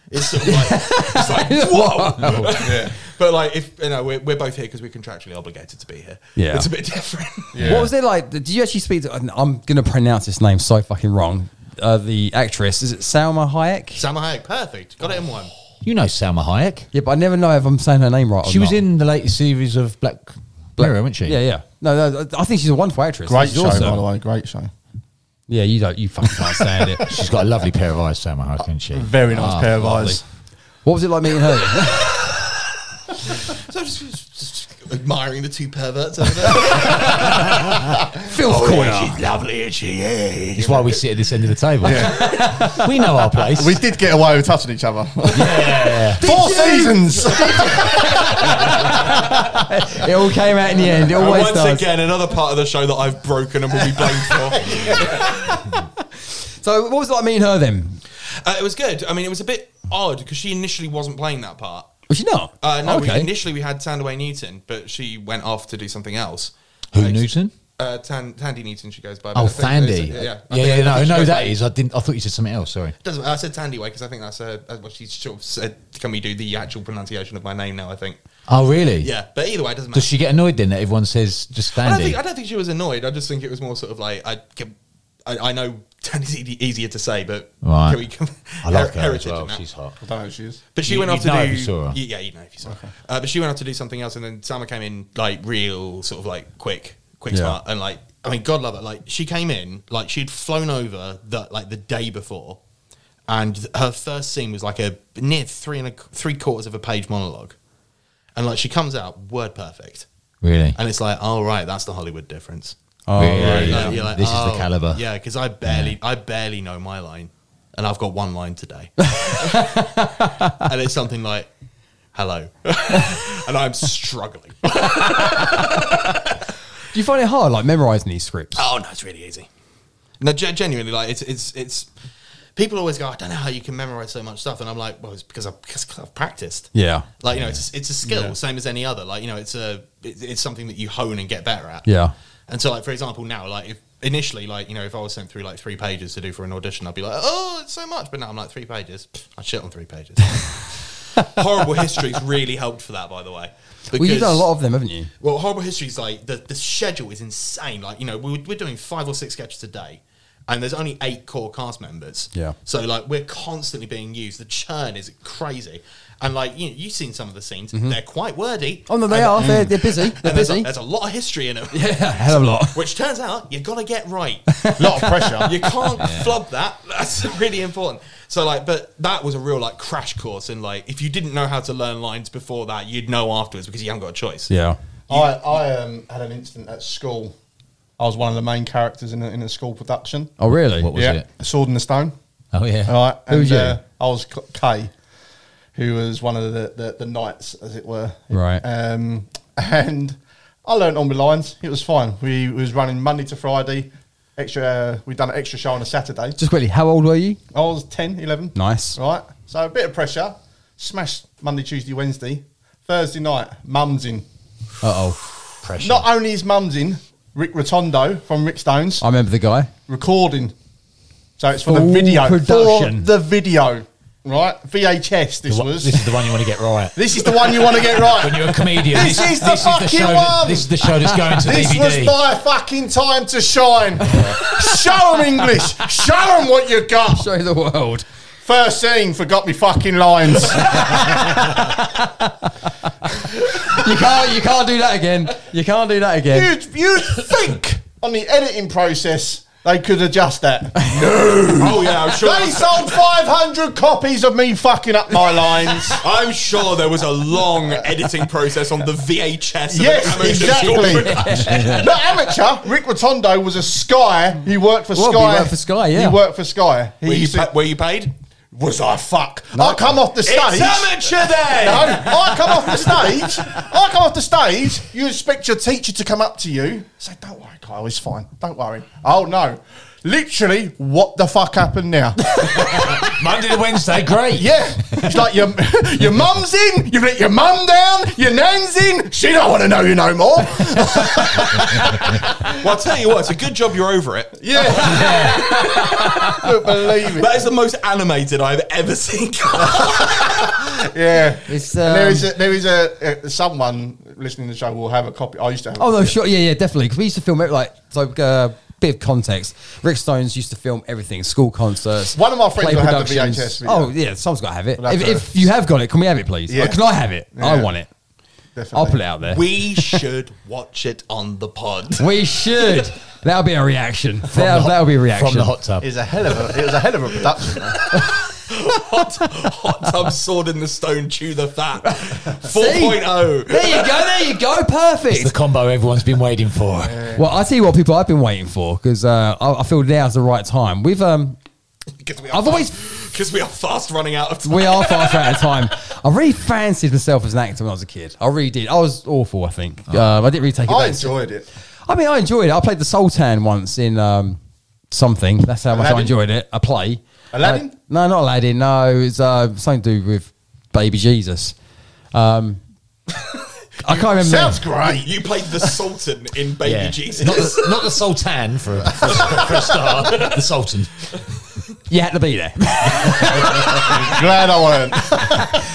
[SPEAKER 7] it's sort of like, it's like whoa. But like if you know, we're, we're both here because we're contractually obligated to be here.
[SPEAKER 2] Yeah.
[SPEAKER 7] it's a bit different.
[SPEAKER 2] What was it like? Did you actually speak to? I'm going to pronounce this name so fucking wrong. Uh, the actress is it Salma Hayek?
[SPEAKER 7] Sam Hayek, perfect, got it in one.
[SPEAKER 1] You know Salma Hayek.
[SPEAKER 2] Yeah, but I never know if I'm saying her name right. or
[SPEAKER 1] She was
[SPEAKER 2] not.
[SPEAKER 1] in the latest series of Black, Mirror, wasn't she?
[SPEAKER 2] Oh, Yeah, yeah. No, no, I think she's a wonderful actress.
[SPEAKER 4] Great
[SPEAKER 2] She's
[SPEAKER 4] show,
[SPEAKER 2] awesome.
[SPEAKER 4] by the way. Great show.
[SPEAKER 2] Yeah, you don't. You fucking can't stand it.
[SPEAKER 1] She's got a lovely pair of eyes, Salma Hayek, isn't she?
[SPEAKER 4] Very nice
[SPEAKER 1] Ah,
[SPEAKER 4] pair of
[SPEAKER 1] lovely.
[SPEAKER 4] eyes.
[SPEAKER 2] What was it like meeting her?
[SPEAKER 7] So just, just admiring the two perverts over there.
[SPEAKER 2] Phil
[SPEAKER 4] Oh,
[SPEAKER 2] Corner.
[SPEAKER 7] she's lovely, is she?
[SPEAKER 1] It's why we sit at this end of the table. we know our place.
[SPEAKER 4] We did get away with touching each other. Four seasons.
[SPEAKER 2] It all came out in the
[SPEAKER 4] Uh,
[SPEAKER 2] end. It
[SPEAKER 7] And
[SPEAKER 2] always
[SPEAKER 7] once
[SPEAKER 2] does.
[SPEAKER 7] again, another part of the show that I've broken and will be blamed for.
[SPEAKER 2] So, what was it like meeting her then?
[SPEAKER 7] Uh, it was good. I mean, it was a bit odd because she initially wasn't playing that part.
[SPEAKER 2] Was she not?
[SPEAKER 7] Uh, no, we,
[SPEAKER 2] okay.
[SPEAKER 7] initially we had Tandaway Newton, but she went off to do something else.
[SPEAKER 1] Who
[SPEAKER 7] Like,
[SPEAKER 1] Newton?
[SPEAKER 7] Uh, Tan- Tandy Newton, she goes by. but I
[SPEAKER 1] Oh,
[SPEAKER 7] think there's a-
[SPEAKER 1] Thandy. Yeah,
[SPEAKER 7] I
[SPEAKER 1] yeah,
[SPEAKER 7] think- I
[SPEAKER 1] no,
[SPEAKER 7] think
[SPEAKER 1] I
[SPEAKER 7] she
[SPEAKER 1] know who
[SPEAKER 7] goes by-
[SPEAKER 1] that is. I didn't. I thought you said something else. Sorry.
[SPEAKER 7] Doesn't, I said Tandy Way because I think that's her. that's What she sort of said, can we do the actual pronunciation of my name now? I think.
[SPEAKER 1] Oh, really?
[SPEAKER 7] Yeah, but either way, it doesn't matter.
[SPEAKER 1] Does she get annoyed then that everyone says just
[SPEAKER 7] I don't,
[SPEAKER 1] Sandy?
[SPEAKER 7] think, I don't think she was annoyed. I just think it was more sort of like I, can- I, I know Tandy's e- easier to say, but
[SPEAKER 1] Right.
[SPEAKER 7] can we? Can,
[SPEAKER 1] I love her as
[SPEAKER 7] heritage
[SPEAKER 1] well.
[SPEAKER 7] and that.
[SPEAKER 1] She's hot.
[SPEAKER 4] I don't know who she is.
[SPEAKER 7] But she
[SPEAKER 1] You-
[SPEAKER 7] went
[SPEAKER 1] you'd
[SPEAKER 7] off to
[SPEAKER 1] know
[SPEAKER 7] do.
[SPEAKER 1] if you saw her.
[SPEAKER 7] Yeah, yeah, you know if you saw her. Uh, but she went off to do something else, and then Summer came in like real sort of like quick, quick
[SPEAKER 2] Yeah.
[SPEAKER 7] smart, and like I mean, God love her. Like she came in like she'd flown over the like the day before, and her first scene was like a near three and a three quarters of a page monologue, and like she comes out word perfect,
[SPEAKER 1] Really?
[SPEAKER 7] and it's like, all right, that's the Hollywood difference.
[SPEAKER 2] Oh,
[SPEAKER 1] Really?
[SPEAKER 7] Like, you're like,
[SPEAKER 1] This is
[SPEAKER 7] oh,
[SPEAKER 1] the caliber.
[SPEAKER 7] Yeah, because I barely, I barely know my line, and I've got one line today, and it's something like, "Hello," and I'm struggling.
[SPEAKER 2] Do you find it hard, like memorizing these scripts?
[SPEAKER 7] oh no, it's really easy. No, gen- genuinely, like it's it's it's. People always go, "I don't know how you can memorize so much stuff," and I'm like, "Well, it's because I've, because I've practiced."
[SPEAKER 2] Yeah.
[SPEAKER 7] Like you know, it's it's a skill, same as any other. Like you know, it's a it, it's something that you hone and get better at.
[SPEAKER 2] Yeah.
[SPEAKER 7] And so, like for example, now, like if initially, like you know, if I was sent through like three pages to do for an audition, I'd be like, oh, it's so much. But now I'm like three pages. Pfft, I shit on three pages. Horrible History's really helped for that, by the way.
[SPEAKER 2] Well, you've done a lot of them, haven't you?
[SPEAKER 7] Well, Horrible History's like the the schedule is insane. Like you know, we're, we're doing five or six sketches a day. And there's only eight core cast members.
[SPEAKER 2] Yeah.
[SPEAKER 7] So like we're constantly being used. The churn is crazy, and like you you've seen some of the scenes. They're quite wordy.
[SPEAKER 2] Mm-hmm. Oh no, they
[SPEAKER 7] And-
[SPEAKER 2] are. They're, they're busy. They're
[SPEAKER 7] and there's,
[SPEAKER 2] busy.
[SPEAKER 7] a, there's a lot of history in them.
[SPEAKER 2] yeah, hell of a lot.
[SPEAKER 7] Which turns out you got to get right.
[SPEAKER 4] lot of pressure.
[SPEAKER 7] You can't flub that. That's really important. So like, but that was a real like crash course in like if you didn't know how to learn lines before that, you'd know afterwards because you haven't got a choice.
[SPEAKER 2] Yeah.
[SPEAKER 4] I, I um, had an incident at school. I was one of the main characters in a, in a school production.
[SPEAKER 2] Oh really?
[SPEAKER 1] What was
[SPEAKER 4] yeah,
[SPEAKER 1] it?
[SPEAKER 4] Sword in the Stone.
[SPEAKER 1] Oh yeah.
[SPEAKER 4] All right,
[SPEAKER 2] Who was you?
[SPEAKER 4] uh, I was K- Kay, who was one of the, the, the knights, as it were.
[SPEAKER 2] Right.
[SPEAKER 4] Um, and I learnt all my lines. It was fine. We was running Monday to Friday. Extra, uh, we'd done an extra show on a Saturday.
[SPEAKER 2] Just quickly, how old were you?
[SPEAKER 4] I was 10, 11.
[SPEAKER 2] Nice.
[SPEAKER 4] Right. So a bit of pressure. Smashed Monday, Tuesday, Wednesday. Thursday night, mum's in.
[SPEAKER 2] Uh oh.
[SPEAKER 1] Pressure.
[SPEAKER 4] Not only is mum's in, Rick Rotondo from Rick Stones
[SPEAKER 2] I remember the guy.
[SPEAKER 4] recording. So it's for the
[SPEAKER 2] Full
[SPEAKER 4] video.
[SPEAKER 2] production.
[SPEAKER 4] For the video. Right? VHS, this
[SPEAKER 1] The one-
[SPEAKER 4] was.
[SPEAKER 1] This is the one you want to get right.
[SPEAKER 4] This is the one you want to get
[SPEAKER 1] When
[SPEAKER 4] right.
[SPEAKER 1] you're a comedian,
[SPEAKER 4] This is the fucking
[SPEAKER 1] show That,
[SPEAKER 4] one!
[SPEAKER 1] this is the show that's going to
[SPEAKER 4] This was
[SPEAKER 1] DVD.
[SPEAKER 4] my fucking time to shine. Show 'em English. Show 'em what you got.
[SPEAKER 2] Show the world.
[SPEAKER 4] First scene, forgot me fucking lines.
[SPEAKER 2] You can't. You can't do that again. You can't do that again.
[SPEAKER 4] you'd, you'd think on the editing process they could adjust that.
[SPEAKER 7] Oh yeah, I'm sure.
[SPEAKER 4] They sold 500 copies of me fucking up my lines.
[SPEAKER 7] I'm sure there was a long editing process on the VHS. of
[SPEAKER 4] Yes,
[SPEAKER 7] an amateur school
[SPEAKER 4] exactly. Not amateur. Rick Rotondo was a Sky. He worked for
[SPEAKER 2] Well, he
[SPEAKER 4] Sky.
[SPEAKER 2] worked for Sky, yeah.
[SPEAKER 4] He worked for Sky. He
[SPEAKER 7] Were you,
[SPEAKER 4] used to-
[SPEAKER 7] pa- were you paid?
[SPEAKER 4] was I fuck? I come off the stage.
[SPEAKER 7] It's amateur day.
[SPEAKER 4] No, I come off the stage. I come off the stage. You expect your teacher to come up to you, say, "Don't worry, Kyle, it's fine. Don't worry." Oh no, literally, what the fuck happened now?
[SPEAKER 1] Monday to Wednesday, great.
[SPEAKER 4] Yeah, it's like your your mum's in. You've let your mum down. Your nan's in. She don't want to know you no more.
[SPEAKER 7] Well, I'll tell you what. It's a good job you're over it.
[SPEAKER 4] Yeah, Couldn't believe it.
[SPEAKER 7] That is the most animated I've ever seen.
[SPEAKER 4] Yeah,
[SPEAKER 2] It's,
[SPEAKER 4] And there
[SPEAKER 2] um,
[SPEAKER 4] is a, there is a, a someone listening to the show will have a copy. I used to have. a
[SPEAKER 2] Oh no,
[SPEAKER 4] copy.
[SPEAKER 2] sure, yeah, yeah, definitely. Because we used to film it like so. Uh, bit of context. Rick Stones used to film everything: school concerts.
[SPEAKER 4] One of my friends
[SPEAKER 2] play
[SPEAKER 4] will have the
[SPEAKER 2] productions.
[SPEAKER 4] VHS video.
[SPEAKER 2] Oh yeah, someone's got to have it.
[SPEAKER 4] We'll have
[SPEAKER 2] if,
[SPEAKER 4] to-
[SPEAKER 2] if you have got it, can we have it, please?
[SPEAKER 4] Yeah.
[SPEAKER 2] Oh, can I have it? I
[SPEAKER 4] Yeah.
[SPEAKER 2] want it.
[SPEAKER 4] Definitely.
[SPEAKER 2] I'll put it out there. We,
[SPEAKER 7] We should watch it on the pod.
[SPEAKER 2] should. That'll be a reaction. That'll, that'll be a reaction.
[SPEAKER 1] from the hot tub.
[SPEAKER 4] It's a hell of a, it was a hell of a production. man.
[SPEAKER 7] hot, hot tub sword in the stone, chew the fat. oh. 4.0.
[SPEAKER 2] There you go. There you go.
[SPEAKER 1] It's the
[SPEAKER 2] Perfect.
[SPEAKER 1] combo everyone's been waiting for.
[SPEAKER 2] Well, I tell you what, people, I've been waiting for because uh, I, I feel now's the right time. We've um,
[SPEAKER 7] Because we are
[SPEAKER 2] I've always
[SPEAKER 7] because we are fast running out of time.
[SPEAKER 2] we are fast out of time. I really fancied myself as an actor when I was a kid. I really did. I was awful, I think. Um, I didn't really take it.
[SPEAKER 4] Oh. I
[SPEAKER 2] back.
[SPEAKER 4] enjoyed it.
[SPEAKER 2] I mean, I enjoyed it. I played the Sultan once in um, something. That's how much I
[SPEAKER 4] Aladdin?
[SPEAKER 2] enjoyed it. A play.
[SPEAKER 4] Aladdin?
[SPEAKER 2] Uh, no, not Aladdin. No, it's uh, something to do with Baby Jesus. Um, I can't remember.
[SPEAKER 4] Sounds great.
[SPEAKER 7] You played the Sultan in Baby
[SPEAKER 1] Yeah.
[SPEAKER 7] Jesus.
[SPEAKER 1] Not the, not the Sultan for a, for, a- for a star. The Sultan.
[SPEAKER 2] You had to be there.
[SPEAKER 4] Glad I weren't.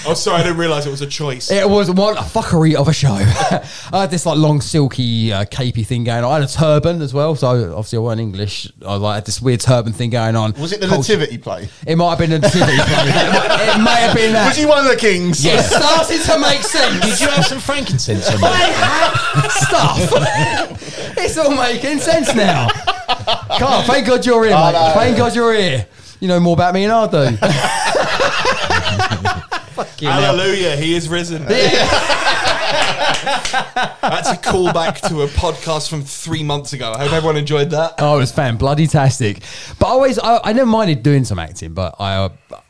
[SPEAKER 7] oh, sorry, I didn't realize it was a choice.
[SPEAKER 2] It was one a fuckery of a show. I had this like long silky uh, capey thing going on. I had a turban as well, so obviously I weren't English. I like had this weird turban thing going on.
[SPEAKER 4] Was it the
[SPEAKER 2] Culture-
[SPEAKER 4] nativity play?
[SPEAKER 2] It might have been a nativity. play. It might- it may have been that.
[SPEAKER 4] Was he one of the kings?
[SPEAKER 2] It's starting to make
[SPEAKER 1] Did
[SPEAKER 2] sense.
[SPEAKER 1] you have some frankincense on
[SPEAKER 2] I
[SPEAKER 1] that?
[SPEAKER 2] had stuff. It's all making sense now. Carl, thank God you're here, mate.
[SPEAKER 4] no.
[SPEAKER 2] Thank God you're here. You know more about me than I do. Fucking hell.
[SPEAKER 7] Hallelujah, he is risen.
[SPEAKER 2] Yeah.
[SPEAKER 7] That's a callback to a podcast from three months ago. I hope everyone enjoyed that.
[SPEAKER 2] Oh, it was fan bloody tastic. But I always, I, I never minded doing some acting, but I uh,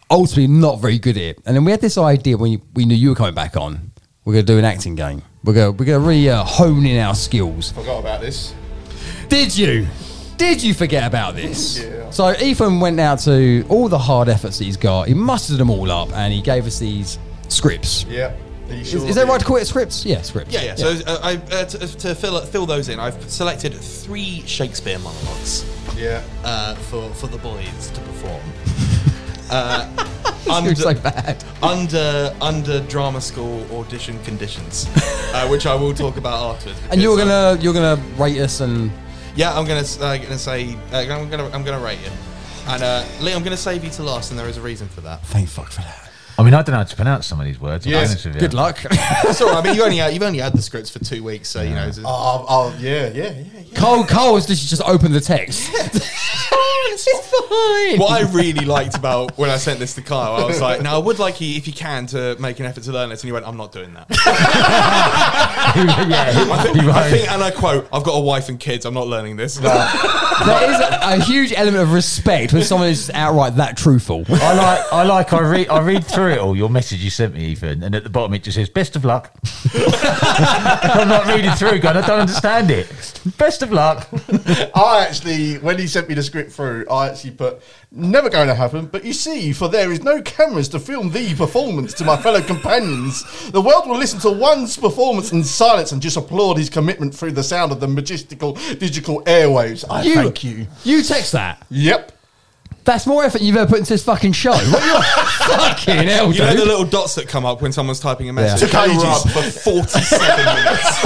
[SPEAKER 2] ultimately not very good at it. And then we had this idea when you, we knew you were coming back on. We're gonna do an acting game. We're gonna we're gonna really uh, hone in our skills.
[SPEAKER 4] Forgot about this.
[SPEAKER 2] Did you? Did you forget about this? So Ethan went out to all the hard efforts that he's got. He mustered them all up, and he gave us these scripts.
[SPEAKER 4] Yeah. Are you
[SPEAKER 2] Is,
[SPEAKER 4] sure
[SPEAKER 2] is that
[SPEAKER 4] did?
[SPEAKER 2] right to call it scripts? Yeah, scripts.
[SPEAKER 7] Yeah, yeah. So uh, I, uh, to, to fill, fill those in, I've selected three Shakespeare monologues
[SPEAKER 4] Yeah.
[SPEAKER 7] uh, for, for the boys to perform. Uh, under,
[SPEAKER 2] it's so bad.
[SPEAKER 7] under under drama school audition conditions, uh, which I will talk about afterwards.
[SPEAKER 2] And you're
[SPEAKER 7] because, uh,
[SPEAKER 2] gonna you're gonna rate us and
[SPEAKER 7] Yeah, I'm gonna uh, gonna say uh, I'm gonna I'm gonna rate you, and uh, Lee, I'm gonna save you to last, and there is a reason for that.
[SPEAKER 2] thank fuck for that.
[SPEAKER 1] I mean, I don't know how to pronounce some of these words.
[SPEAKER 4] Yes.
[SPEAKER 2] Good luck.
[SPEAKER 7] That's all right. I mean, you only had, you've only had the scripts for two weeks, so you know. it's-
[SPEAKER 4] Oh, oh, yeah, yeah, yeah. yeah.
[SPEAKER 2] Cole Cole is just just open the text. it's fine.
[SPEAKER 7] What I really liked about when I sent this to Kyle, I was like, "Now I would like you, if you can, to make an effort to learn this." And he went, "I'm not doing that." I think, I think- and I quote, "I've got a wife and kids. I'm not learning this."
[SPEAKER 2] There is a, a huge element of respect when someone is just outright that truthful.
[SPEAKER 1] I like, I like, I read, I read through it all. Your message you sent me, Ethan, and at the bottom it just says "best of luck." I'm not reading through, God, I don't understand it. Best of luck.
[SPEAKER 4] I actually, when he sent me the script through, I actually put, never going to happen, but you see, for there is no cameras to film the performance to my fellow companions. The world will listen to one's performance in silence and just applaud his commitment through the sound of the majestical digital airwaves. I thank you.
[SPEAKER 2] You text that.
[SPEAKER 4] Yep.
[SPEAKER 2] That's more effort you've ever put into this fucking show. What you fucking hell,
[SPEAKER 7] You know the
[SPEAKER 2] dude?
[SPEAKER 7] little dots that come up when someone's typing a message.
[SPEAKER 4] Yeah.
[SPEAKER 7] They
[SPEAKER 4] Took
[SPEAKER 7] were up for forty-seven minutes.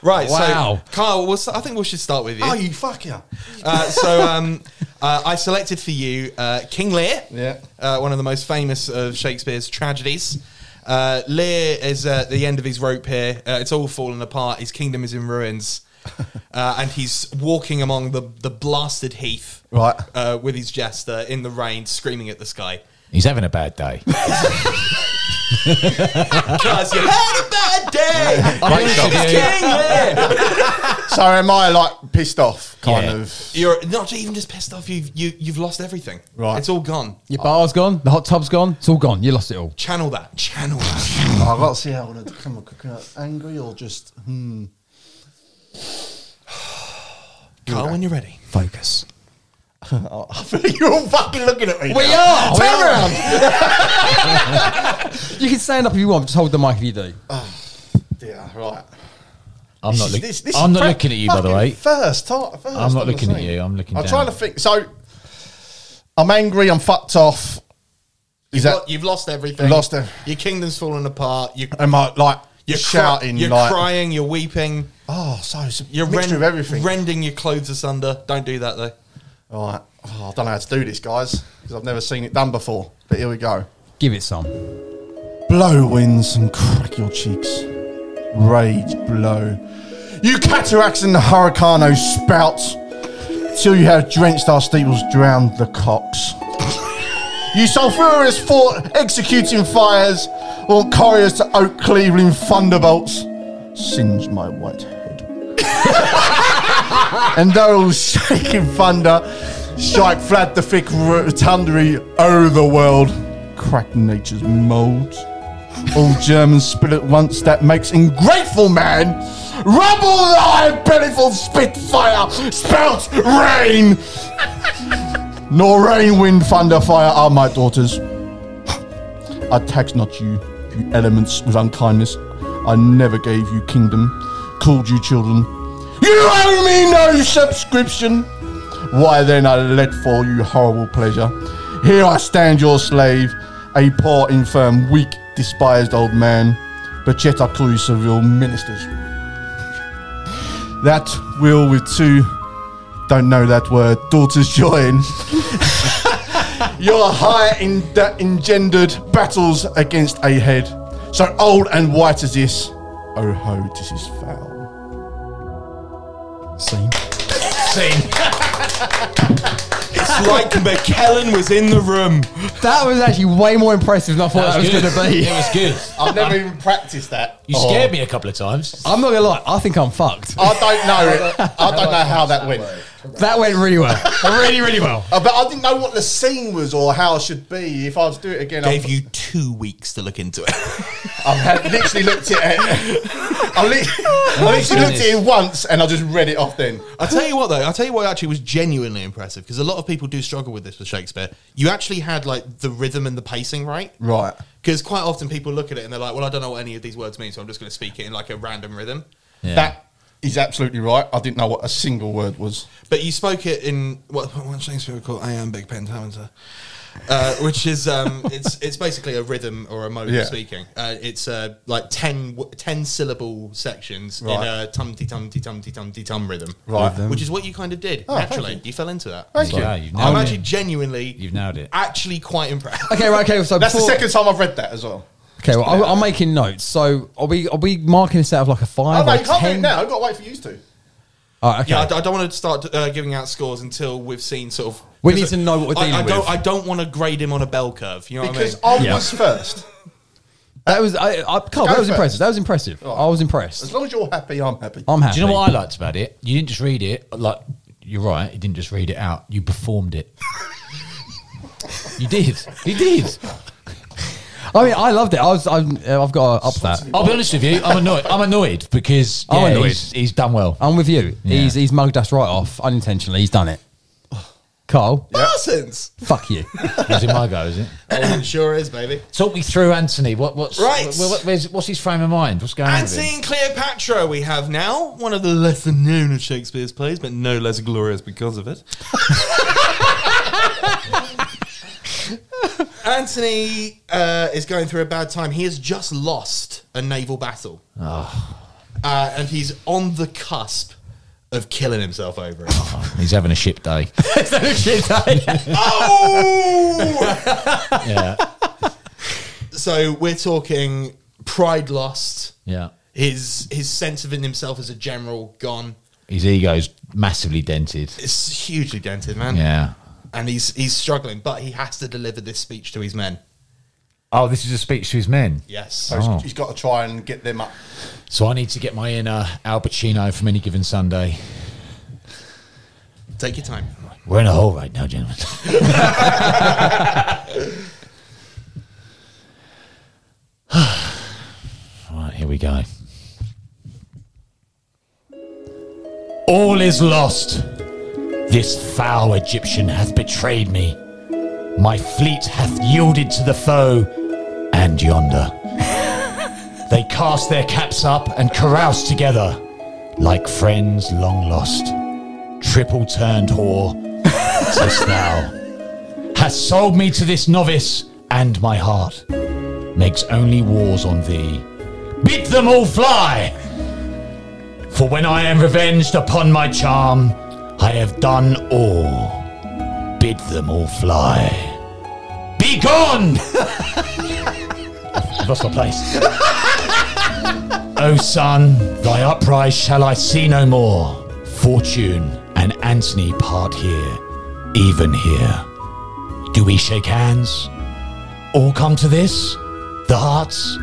[SPEAKER 7] right.
[SPEAKER 2] Wow.
[SPEAKER 7] So, Kyle, we'll, s- I think we should start with you.
[SPEAKER 4] Oh, you fucker.
[SPEAKER 7] Uh, so um, uh, I selected for you uh, King Lear,
[SPEAKER 4] Yeah.
[SPEAKER 7] uh, one of the most famous of Shakespeare's tragedies. Uh, Lear is at the end of his rope here. Uh, it's all fallen apart. His kingdom is in ruins. Uh, and he's walking among the, the blasted heath
[SPEAKER 4] Right.
[SPEAKER 7] uh, with his jester in the rain, screaming at the sky.
[SPEAKER 1] He's having a bad day.
[SPEAKER 7] Because you had a bad day!
[SPEAKER 1] Great job.
[SPEAKER 7] It's King Lear!
[SPEAKER 4] So am I like pissed off, kind
[SPEAKER 1] Yeah.
[SPEAKER 4] of?
[SPEAKER 7] You're not even just pissed off, you've, you, you've lost everything.
[SPEAKER 4] Right.
[SPEAKER 7] It's all gone.
[SPEAKER 2] Your bar's gone. The hot tub's gone. It's all gone. You lost it all.
[SPEAKER 7] Channel that. Channel that.
[SPEAKER 4] I've got to see how to come across. Angry or just. Hmm.
[SPEAKER 7] Carl, when you're ready.
[SPEAKER 2] Focus.
[SPEAKER 4] I feel like you're all fucking looking at me.
[SPEAKER 2] We
[SPEAKER 4] now.
[SPEAKER 2] are. Turn around. you can stand up if you want. Just hold the mic if you do.
[SPEAKER 4] Yeah, right.
[SPEAKER 1] I'm not.
[SPEAKER 4] This
[SPEAKER 1] look-
[SPEAKER 4] is- this- this
[SPEAKER 1] I'm
[SPEAKER 4] is
[SPEAKER 1] not
[SPEAKER 4] pre-
[SPEAKER 1] looking at you, by the
[SPEAKER 4] fucking
[SPEAKER 1] way.
[SPEAKER 4] First, ti- first
[SPEAKER 1] I'm not looking at
[SPEAKER 4] saying.
[SPEAKER 1] you. I'm looking.
[SPEAKER 4] I'm
[SPEAKER 1] down.
[SPEAKER 4] trying to think. So, I'm angry. I'm fucked off. Is
[SPEAKER 7] You've
[SPEAKER 4] that
[SPEAKER 7] lo- you've lost everything.
[SPEAKER 4] Lost ev-
[SPEAKER 7] Your kingdom's fallen apart. You,
[SPEAKER 4] am I like
[SPEAKER 7] you're
[SPEAKER 4] shouting?
[SPEAKER 7] Cry- you're
[SPEAKER 4] like,
[SPEAKER 7] crying. You're weeping.
[SPEAKER 4] Oh, Oh, so it's a
[SPEAKER 7] You're
[SPEAKER 4] mixture of
[SPEAKER 7] rend-
[SPEAKER 4] everything.
[SPEAKER 7] rending your clothes asunder. Don't do that though.
[SPEAKER 4] All right. Oh, I don't know how to do this, guys, because I've never seen it done before. But here we go.
[SPEAKER 2] Give it some.
[SPEAKER 4] Blow winds and crack your cheeks. Rage blow. You cataracts and the hurricano spouts. Till you have drenched our steeples, drowned the cocks. you sulphurous fort executing fires, or couriers to oak Cleveland thunderbolts. Singe my white head. and those shaking thunder, strike flat the thick rotundary, oh the world, crack nature's mould. All Germans spit at once, that makes ingrateful man. Rubble thy plentiful spitfire, spout rain. Nor rain, wind, thunder, fire are my daughters. I tax not you, you elements, with unkindness. I never gave you kingdom, called you children. You owe me no subscription. Why then I let fall you horrible pleasure. Here I stand your slave, a poor, infirm, weak, despised old man, but yet I call you several ministers. That will with two, don't know that word, daughters join your high in- engendered battles against a head so old and white as this. Oh ho, this is foul.
[SPEAKER 7] It's like McKellen was in the room.
[SPEAKER 2] That was actually way more impressive than I thought that was, going to be.
[SPEAKER 1] It was good.
[SPEAKER 4] I've never even practiced that.
[SPEAKER 1] You scared me a couple of times.
[SPEAKER 2] I'm not gonna lie, I think I'm fucked.
[SPEAKER 4] I don't know. it. I don't know how that went.
[SPEAKER 2] That went really well, really, really well.
[SPEAKER 4] Uh, but I didn't know what the scene was or how it should be. If I was to do it again,
[SPEAKER 7] Gave
[SPEAKER 4] I've,
[SPEAKER 7] you two weeks to look into it.
[SPEAKER 4] I've had, literally looked at it. I, li- I literally looked at it once and I just read it off. Then
[SPEAKER 7] I tell you what though, I tell you what actually was genuinely impressive because a lot of people do struggle with this with Shakespeare. You actually had like the rhythm and the pacing right.
[SPEAKER 4] right.
[SPEAKER 7] Because quite often people look at it and they're like, "Well, I don't know what any of these words mean, so I'm just going to speak it in like a random rhythm."
[SPEAKER 4] That is absolutely right. I didn't know what a single word was.
[SPEAKER 7] But you spoke it in what what Shakespeare would call iambic pentameter, uh, which is um, it's it's basically a rhythm or a mode
[SPEAKER 4] Yeah.
[SPEAKER 7] of speaking. Uh, it's uh, like 10, w- 10 syllable sections in
[SPEAKER 4] Right.
[SPEAKER 7] a tumty tumty tumty tumty tum rhythm,
[SPEAKER 4] Right. Rhythm.
[SPEAKER 7] Which is what you kind of did naturally. You. fell into that.
[SPEAKER 4] Thank you.
[SPEAKER 1] Wow, you've
[SPEAKER 7] I'm
[SPEAKER 1] nailed it.
[SPEAKER 7] actually genuinely
[SPEAKER 1] You've nailed it.
[SPEAKER 7] Actually, quite impressed.
[SPEAKER 2] Okay, right. Okay, so
[SPEAKER 4] That's the
[SPEAKER 2] before-
[SPEAKER 4] second time I've read that as well.
[SPEAKER 2] Okay, well, I'm, I'm making notes. So are we? Are we marking this out of like a
[SPEAKER 4] Oh,
[SPEAKER 2] five?
[SPEAKER 4] no,
[SPEAKER 2] or
[SPEAKER 4] you can't do it
[SPEAKER 2] 10?
[SPEAKER 4] now. I've got to wait for you to.
[SPEAKER 2] Oh, okay.
[SPEAKER 7] Yeah, I d- I don't want to start uh, giving out scores until we've seen sort of.
[SPEAKER 2] We
[SPEAKER 7] 'cause
[SPEAKER 2] need to know what we're
[SPEAKER 7] I- I,
[SPEAKER 2] dealing
[SPEAKER 7] don't,
[SPEAKER 2] with.
[SPEAKER 7] I don't want to grade him on a bell curve. You know
[SPEAKER 4] Because
[SPEAKER 7] what I mean?
[SPEAKER 4] I, was first.
[SPEAKER 2] that was. I, I, Carl, that was
[SPEAKER 4] first.
[SPEAKER 2] impressive. That was impressive. I was
[SPEAKER 4] As
[SPEAKER 2] impressed.
[SPEAKER 4] long as you're happy, I'm happy.
[SPEAKER 2] I'm happy.
[SPEAKER 1] Do you know what I liked about it? You didn't just read it. Like you're right. You didn't just read it out. You performed it. you did. You did.
[SPEAKER 2] I mean, I loved it. I was. I'm, uh, I've got to up that.
[SPEAKER 1] I'll be honest with you. I'm annoyed. I'm annoyed because yeah,
[SPEAKER 2] I'm annoyed.
[SPEAKER 1] He's, he's done well.
[SPEAKER 2] I'm with you. He's he's mugged us right off unintentionally. He's done it. Carl,
[SPEAKER 7] Parsons!
[SPEAKER 2] fuck you.
[SPEAKER 1] Is it my go? Is it?
[SPEAKER 7] Oh, it sure is, baby.
[SPEAKER 1] Talk me through Anthony. What, what's
[SPEAKER 7] Right.
[SPEAKER 1] wh- wh- where's- what's his frame of mind? What's going on? with him?
[SPEAKER 7] Anthony and Cleopatra we have now, one of the lesser known of Shakespeare's plays, but no less glorious because of it. Anthony uh, is going through a bad time. He has just lost a naval battle. Uh, and he's on the cusp of killing himself over it.
[SPEAKER 1] He's having a ship day.
[SPEAKER 7] oh!
[SPEAKER 1] yeah.
[SPEAKER 7] so we're talking pride lost.
[SPEAKER 1] Yeah.
[SPEAKER 7] His his sense of in himself as a general gone.
[SPEAKER 1] His ego's massively dented.
[SPEAKER 7] It's hugely dented, man.
[SPEAKER 1] Yeah.
[SPEAKER 7] and he's he's struggling, but he has to deliver this speech to his men.
[SPEAKER 1] Oh, this is a speech to his men.
[SPEAKER 7] Yes,
[SPEAKER 4] So
[SPEAKER 1] Oh.
[SPEAKER 4] he's- he's got to try and get them up.
[SPEAKER 1] So I need to get my inner Al Pacino from any given Sunday.
[SPEAKER 7] take your time.
[SPEAKER 1] We're in a hole right now, gentlemen. All right, here we go. All is lost. This foul Egyptian hath betrayed me. My fleet hath yielded to the foe, and yonder. they cast their caps up and carouse together, like friends long lost triple turned whore, says thou, hast sold me to this novice, and my heart makes only wars on thee. Bid them all fly! For when I am revenged upon my charm, I have done all. Bid them all fly. Be gone! I've lost my place. O sun, thy uprise shall I see no more. Fortune and Antony part here, even here. Do we shake hands? All come to this? The hearts?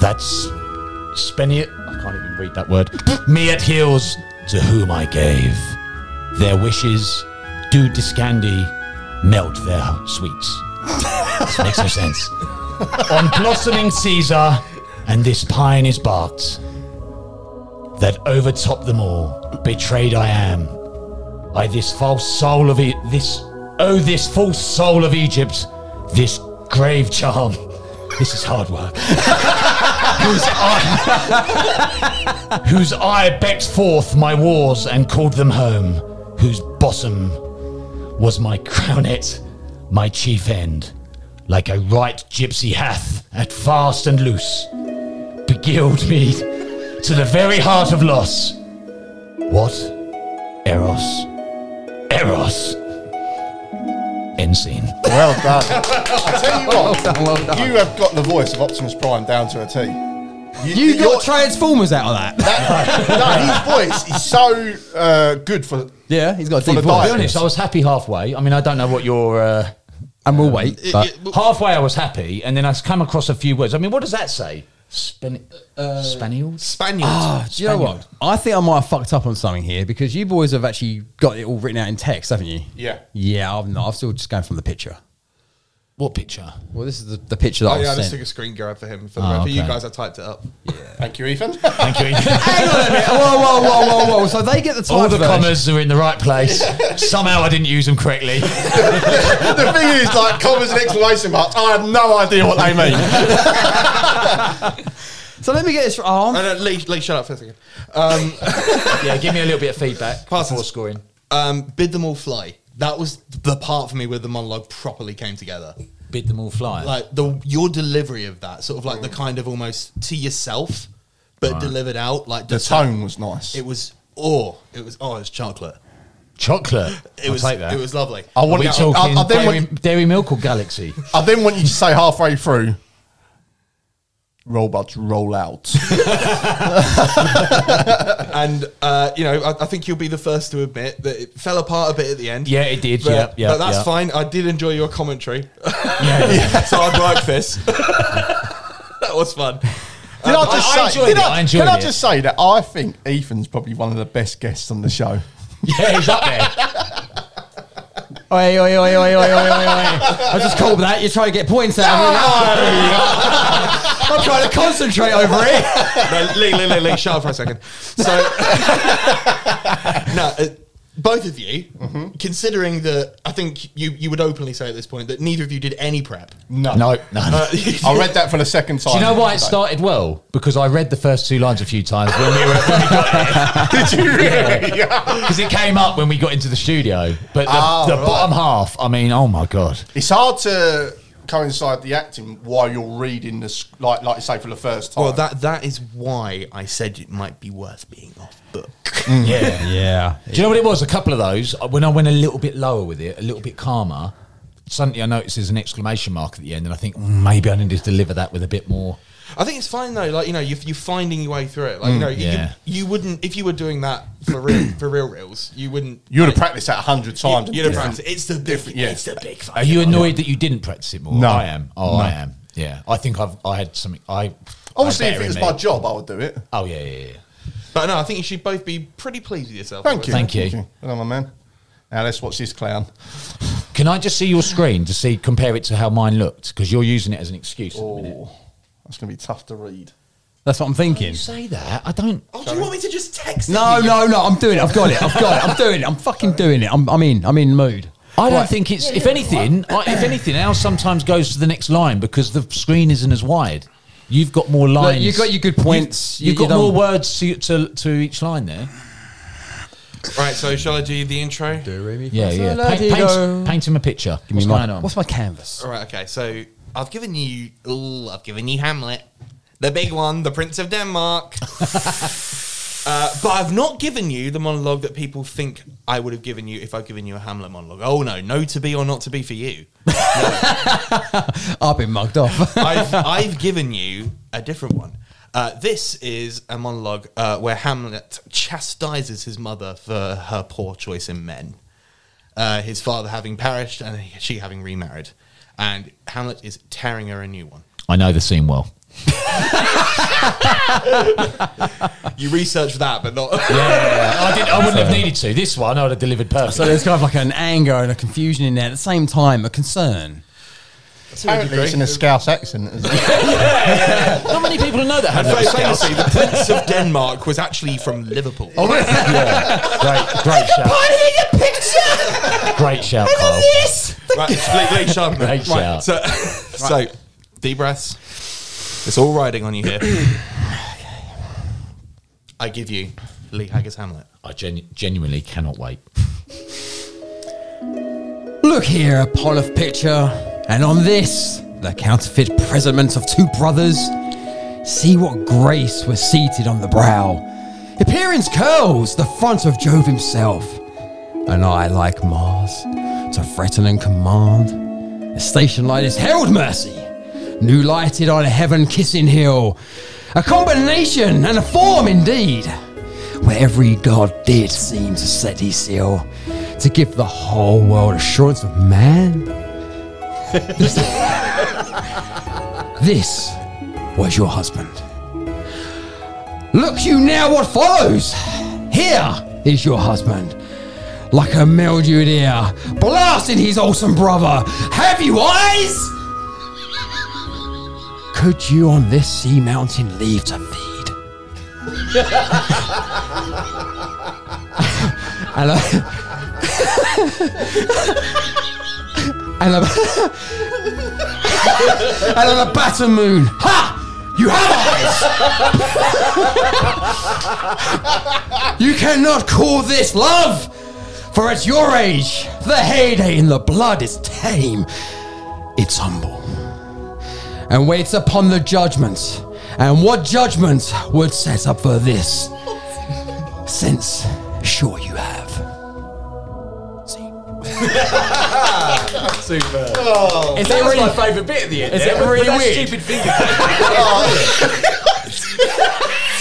[SPEAKER 1] That's Speniot. I can't even read that word. Me at heels to whom I gave. Their wishes do discandy, melt their sweets. this makes no sense. On blossoming Caesar, and this pine is barked. That overtop them all, betrayed I am. I this false soul of e- this oh this false soul of Egypt, this grave charm. This is hard work. whose eye whose eye becked forth my wars and called them home, whose bosom was my crownet, my chief end, like a right gypsy hath at fast and loose, beguiled me to the very heart of loss. What? Eros. Eros. End scene.
[SPEAKER 4] Well done. I tell you what, you have got the voice of Optimus Prime down to a T.
[SPEAKER 2] You
[SPEAKER 4] your-
[SPEAKER 2] got Transformers out of that.
[SPEAKER 4] no, his voice is so uh, good for.
[SPEAKER 2] yeah, he's got a
[SPEAKER 4] For
[SPEAKER 2] deep
[SPEAKER 4] the
[SPEAKER 2] voice.
[SPEAKER 4] dialogue.
[SPEAKER 1] Be honest, I was happy halfway. I mean, I don't know what your. Uh,
[SPEAKER 2] And we'll wait. But
[SPEAKER 1] halfway, I was happy, and then I come across a few words. I mean, what does that say? Span- Spaniels?
[SPEAKER 7] Spaniards.
[SPEAKER 1] Ah,
[SPEAKER 2] do you know what? I think I might have fucked up on something here because you boys have actually got it all written out in text, haven't you?
[SPEAKER 7] Yeah.
[SPEAKER 2] Yeah, I've not. I've still just gone from the picture.
[SPEAKER 1] What picture?
[SPEAKER 2] Well, this is the, the picture that
[SPEAKER 7] Oh
[SPEAKER 2] I've
[SPEAKER 7] yeah, I just took
[SPEAKER 2] sent.
[SPEAKER 7] a screen grab for him. For the for you
[SPEAKER 1] Ah, okay.
[SPEAKER 7] guys, I typed it up.
[SPEAKER 4] Thank you, Ethan.
[SPEAKER 1] Thank you. Ethan.
[SPEAKER 2] Hang on a minute. Whoa, whoa, whoa, whoa, whoa. So they get the
[SPEAKER 1] All
[SPEAKER 2] typed
[SPEAKER 1] the
[SPEAKER 2] version.
[SPEAKER 1] commas are in the right place. Somehow I didn't use them correctly.
[SPEAKER 4] the thing is, like, commas and exclamation marks, I have no idea what they mean.
[SPEAKER 2] So let me get this. Oh, I'm-
[SPEAKER 7] And, uh, Lee, Lee, shut up for a second. Um,
[SPEAKER 1] yeah, give me a little bit of feedback
[SPEAKER 7] Parsons.
[SPEAKER 1] before scoring.
[SPEAKER 7] um, bid them all fly. That was the part for me where the monologue properly came together.
[SPEAKER 1] Bid them all fly.
[SPEAKER 7] Like the your delivery of that, sort of like the kind of almost to yourself, but delivered out. Like
[SPEAKER 4] The
[SPEAKER 7] detach-
[SPEAKER 4] tone was nice.
[SPEAKER 7] It was oh, it was oh, it was chocolate.
[SPEAKER 1] Chocolate.
[SPEAKER 7] It
[SPEAKER 1] I'll
[SPEAKER 7] was
[SPEAKER 1] take that.
[SPEAKER 7] it was lovely.
[SPEAKER 4] I
[SPEAKER 1] Are
[SPEAKER 4] want
[SPEAKER 1] we
[SPEAKER 4] you, I-
[SPEAKER 1] talking
[SPEAKER 4] I, I then
[SPEAKER 1] dairy,
[SPEAKER 4] want,
[SPEAKER 1] Dairy Milk or Galaxy?
[SPEAKER 4] I then want you to say halfway through, robots roll out.
[SPEAKER 7] and uh, you know, I, I think you'll be the first to admit that it fell apart a bit at the end.
[SPEAKER 1] Yeah, it did.
[SPEAKER 7] But,
[SPEAKER 1] Yeah, yeah,
[SPEAKER 7] but that's
[SPEAKER 1] yeah.
[SPEAKER 7] fine. I did enjoy your commentary,
[SPEAKER 1] yeah.
[SPEAKER 7] so I'd like this. that was fun.
[SPEAKER 4] Did I
[SPEAKER 1] I-
[SPEAKER 4] just
[SPEAKER 1] I
[SPEAKER 4] say?
[SPEAKER 1] enjoyed
[SPEAKER 4] did
[SPEAKER 1] it, I enjoyed
[SPEAKER 4] can I
[SPEAKER 1] it.
[SPEAKER 4] just say that I think Ethan's probably one of the best guests on the show.
[SPEAKER 1] Yeah, he's up there.
[SPEAKER 2] Oi, oi, oi, oi, oi, oi, oi, oi. I just called that. You're trying to get points out of me now. I'm trying to concentrate over it.
[SPEAKER 7] no, Lee, Lee, Lee, Lee, shut up for a second. So, no, uh, both of you,
[SPEAKER 1] Mm-hmm.
[SPEAKER 7] considering that, I think you you would openly say at this point that neither of you did any prep.
[SPEAKER 4] No,
[SPEAKER 1] No, no.
[SPEAKER 7] Uh,
[SPEAKER 4] I read that for the second time.
[SPEAKER 1] Do you know why it
[SPEAKER 4] today.
[SPEAKER 1] started well? Because I read the first two lines a few times when we were when we got it. Did you really? Because it came up when we got into the studio. But the,
[SPEAKER 4] Oh,
[SPEAKER 1] the
[SPEAKER 4] right.
[SPEAKER 1] bottom half, I mean, oh my god.
[SPEAKER 4] It's hard to coincide the acting while you're reading this, like like you say for the first time.
[SPEAKER 7] well, that that is why I said it might be worth being off book.
[SPEAKER 1] Yeah, yeah. Do you know what it was? A couple of those uh, when I went a little bit lower with it, a little bit calmer. Suddenly, I noticed there's an exclamation mark at the end, and I think "Mm, maybe I need to deliver that with a bit more.
[SPEAKER 7] I think it's fine though. Like you know, you you're finding your way through it. Like you know, you-
[SPEAKER 1] yeah.
[SPEAKER 7] you, you wouldn't if you were doing that for real for real reels. You wouldn't.
[SPEAKER 4] you would have practiced that a hundred times.
[SPEAKER 7] You'd have practiced. It's the different.
[SPEAKER 4] yeah.
[SPEAKER 7] It's the big.
[SPEAKER 1] Are you annoyed that you didn't practice it more?
[SPEAKER 4] No.
[SPEAKER 1] I am. Oh,
[SPEAKER 4] No.
[SPEAKER 1] I am. Yeah, I think I've I had something. I
[SPEAKER 4] Obviously,
[SPEAKER 1] I
[SPEAKER 4] if
[SPEAKER 1] better
[SPEAKER 4] it was
[SPEAKER 1] in
[SPEAKER 4] my
[SPEAKER 1] me.
[SPEAKER 4] job, I would do it.
[SPEAKER 1] Oh yeah, yeah, yeah.
[SPEAKER 7] But no, I think you should both be pretty pleased with yourself.
[SPEAKER 4] Thank you.
[SPEAKER 1] Thank you.
[SPEAKER 4] Hello, my man. Now let's watch this clown.
[SPEAKER 1] Can I just see your screen to see compare it to how mine looked? Because you're using it as an excuse. at the minute.
[SPEAKER 4] Oh, that's going to be tough to read.
[SPEAKER 2] That's what I'm
[SPEAKER 4] Oh.
[SPEAKER 2] thinking.
[SPEAKER 1] You say that I don't.
[SPEAKER 7] Oh, do you want me to just text?
[SPEAKER 2] No,
[SPEAKER 7] it to you?
[SPEAKER 2] no, no. I'm doing it. I've got it. I've got it. I'm doing it. I'm fucking doing it. I'm, I'm in. I'm in mood.
[SPEAKER 1] I don't think it's. If anything, I, if anything, ours sometimes goes to the next line because the screen isn't as wide. You've got more lines.
[SPEAKER 2] you've got your good points.
[SPEAKER 1] You've,
[SPEAKER 2] You- you
[SPEAKER 1] got more
[SPEAKER 2] don't-
[SPEAKER 1] words to, to to each line there.
[SPEAKER 7] Right, so shall I do the intro?
[SPEAKER 1] Yeah, yeah.
[SPEAKER 2] la
[SPEAKER 1] Paint,
[SPEAKER 2] di go.
[SPEAKER 1] paint, paint him a picture. What's going on?
[SPEAKER 2] What's my canvas?
[SPEAKER 7] All right, okay. So I've given you, ooh, I've given you Hamlet, the big one, the Prince of Denmark. uh, Uh, but I've not given you the monologue that people think I would have given you if I've given you a Hamlet monologue. Oh no, no to be or not to be for you.
[SPEAKER 2] I've been mugged off.
[SPEAKER 7] I've, I've given you a different one. Uh, this is a monologue uh, where Hamlet chastises his mother for her poor choice in men. Uh, his father having perished and she having remarried. And Hamlet is tearing her a new one.
[SPEAKER 10] I know the scene well.
[SPEAKER 7] You research that, but not.
[SPEAKER 10] I, did, I wouldn't have needed to. This one I would have delivered
[SPEAKER 2] so
[SPEAKER 10] perfectly.
[SPEAKER 2] there's kind of like an anger and a confusion in there at the same time, a concern.
[SPEAKER 4] Apparently, it's in a Scouse accent. Isn't it?
[SPEAKER 10] Not many people know that. Hamlet was Scouse.
[SPEAKER 7] Famously, the Prince of Denmark was actually from Liverpool.
[SPEAKER 4] Oh,
[SPEAKER 10] Great, great shout.
[SPEAKER 5] in the picture!
[SPEAKER 10] Great shout,
[SPEAKER 5] Look
[SPEAKER 2] Oh.
[SPEAKER 10] Carl.
[SPEAKER 5] at this!
[SPEAKER 7] right, it's late, late sharp.
[SPEAKER 10] Great
[SPEAKER 7] right,
[SPEAKER 10] shout.
[SPEAKER 7] So, so, deep breaths. It's all riding on you here. I give you Lee Haggis Hamlet.
[SPEAKER 10] I genu- genuinely cannot wait.
[SPEAKER 2] Look here, a pile of picture, and on this, the counterfeit presentment of two brothers. See what grace was seated on the brow. Appearance curls the front of Jove himself. And I, like Mars, to threaten and command. A station like this herald mercy, new lighted on a heaven kissing hill. A combination and a form indeed where every god did seem to set his seal to give the whole world assurance of man. This, this was your husband. Look you now what follows. Here is your husband. Like a mildewed ear, blasted his awesome brother. Have you eyes? Could you on this sea mountain leave to feed? and I, and, a, and on a batter moon. Ha! You have eyes. you cannot call this love, for at your age, the heyday in the blood is tame. It's humble and waits upon the judgment. And what judgment would set up for this? Since sure you have. See. Super. Is Oh, that really my favourite bit at the end? Is it really weird?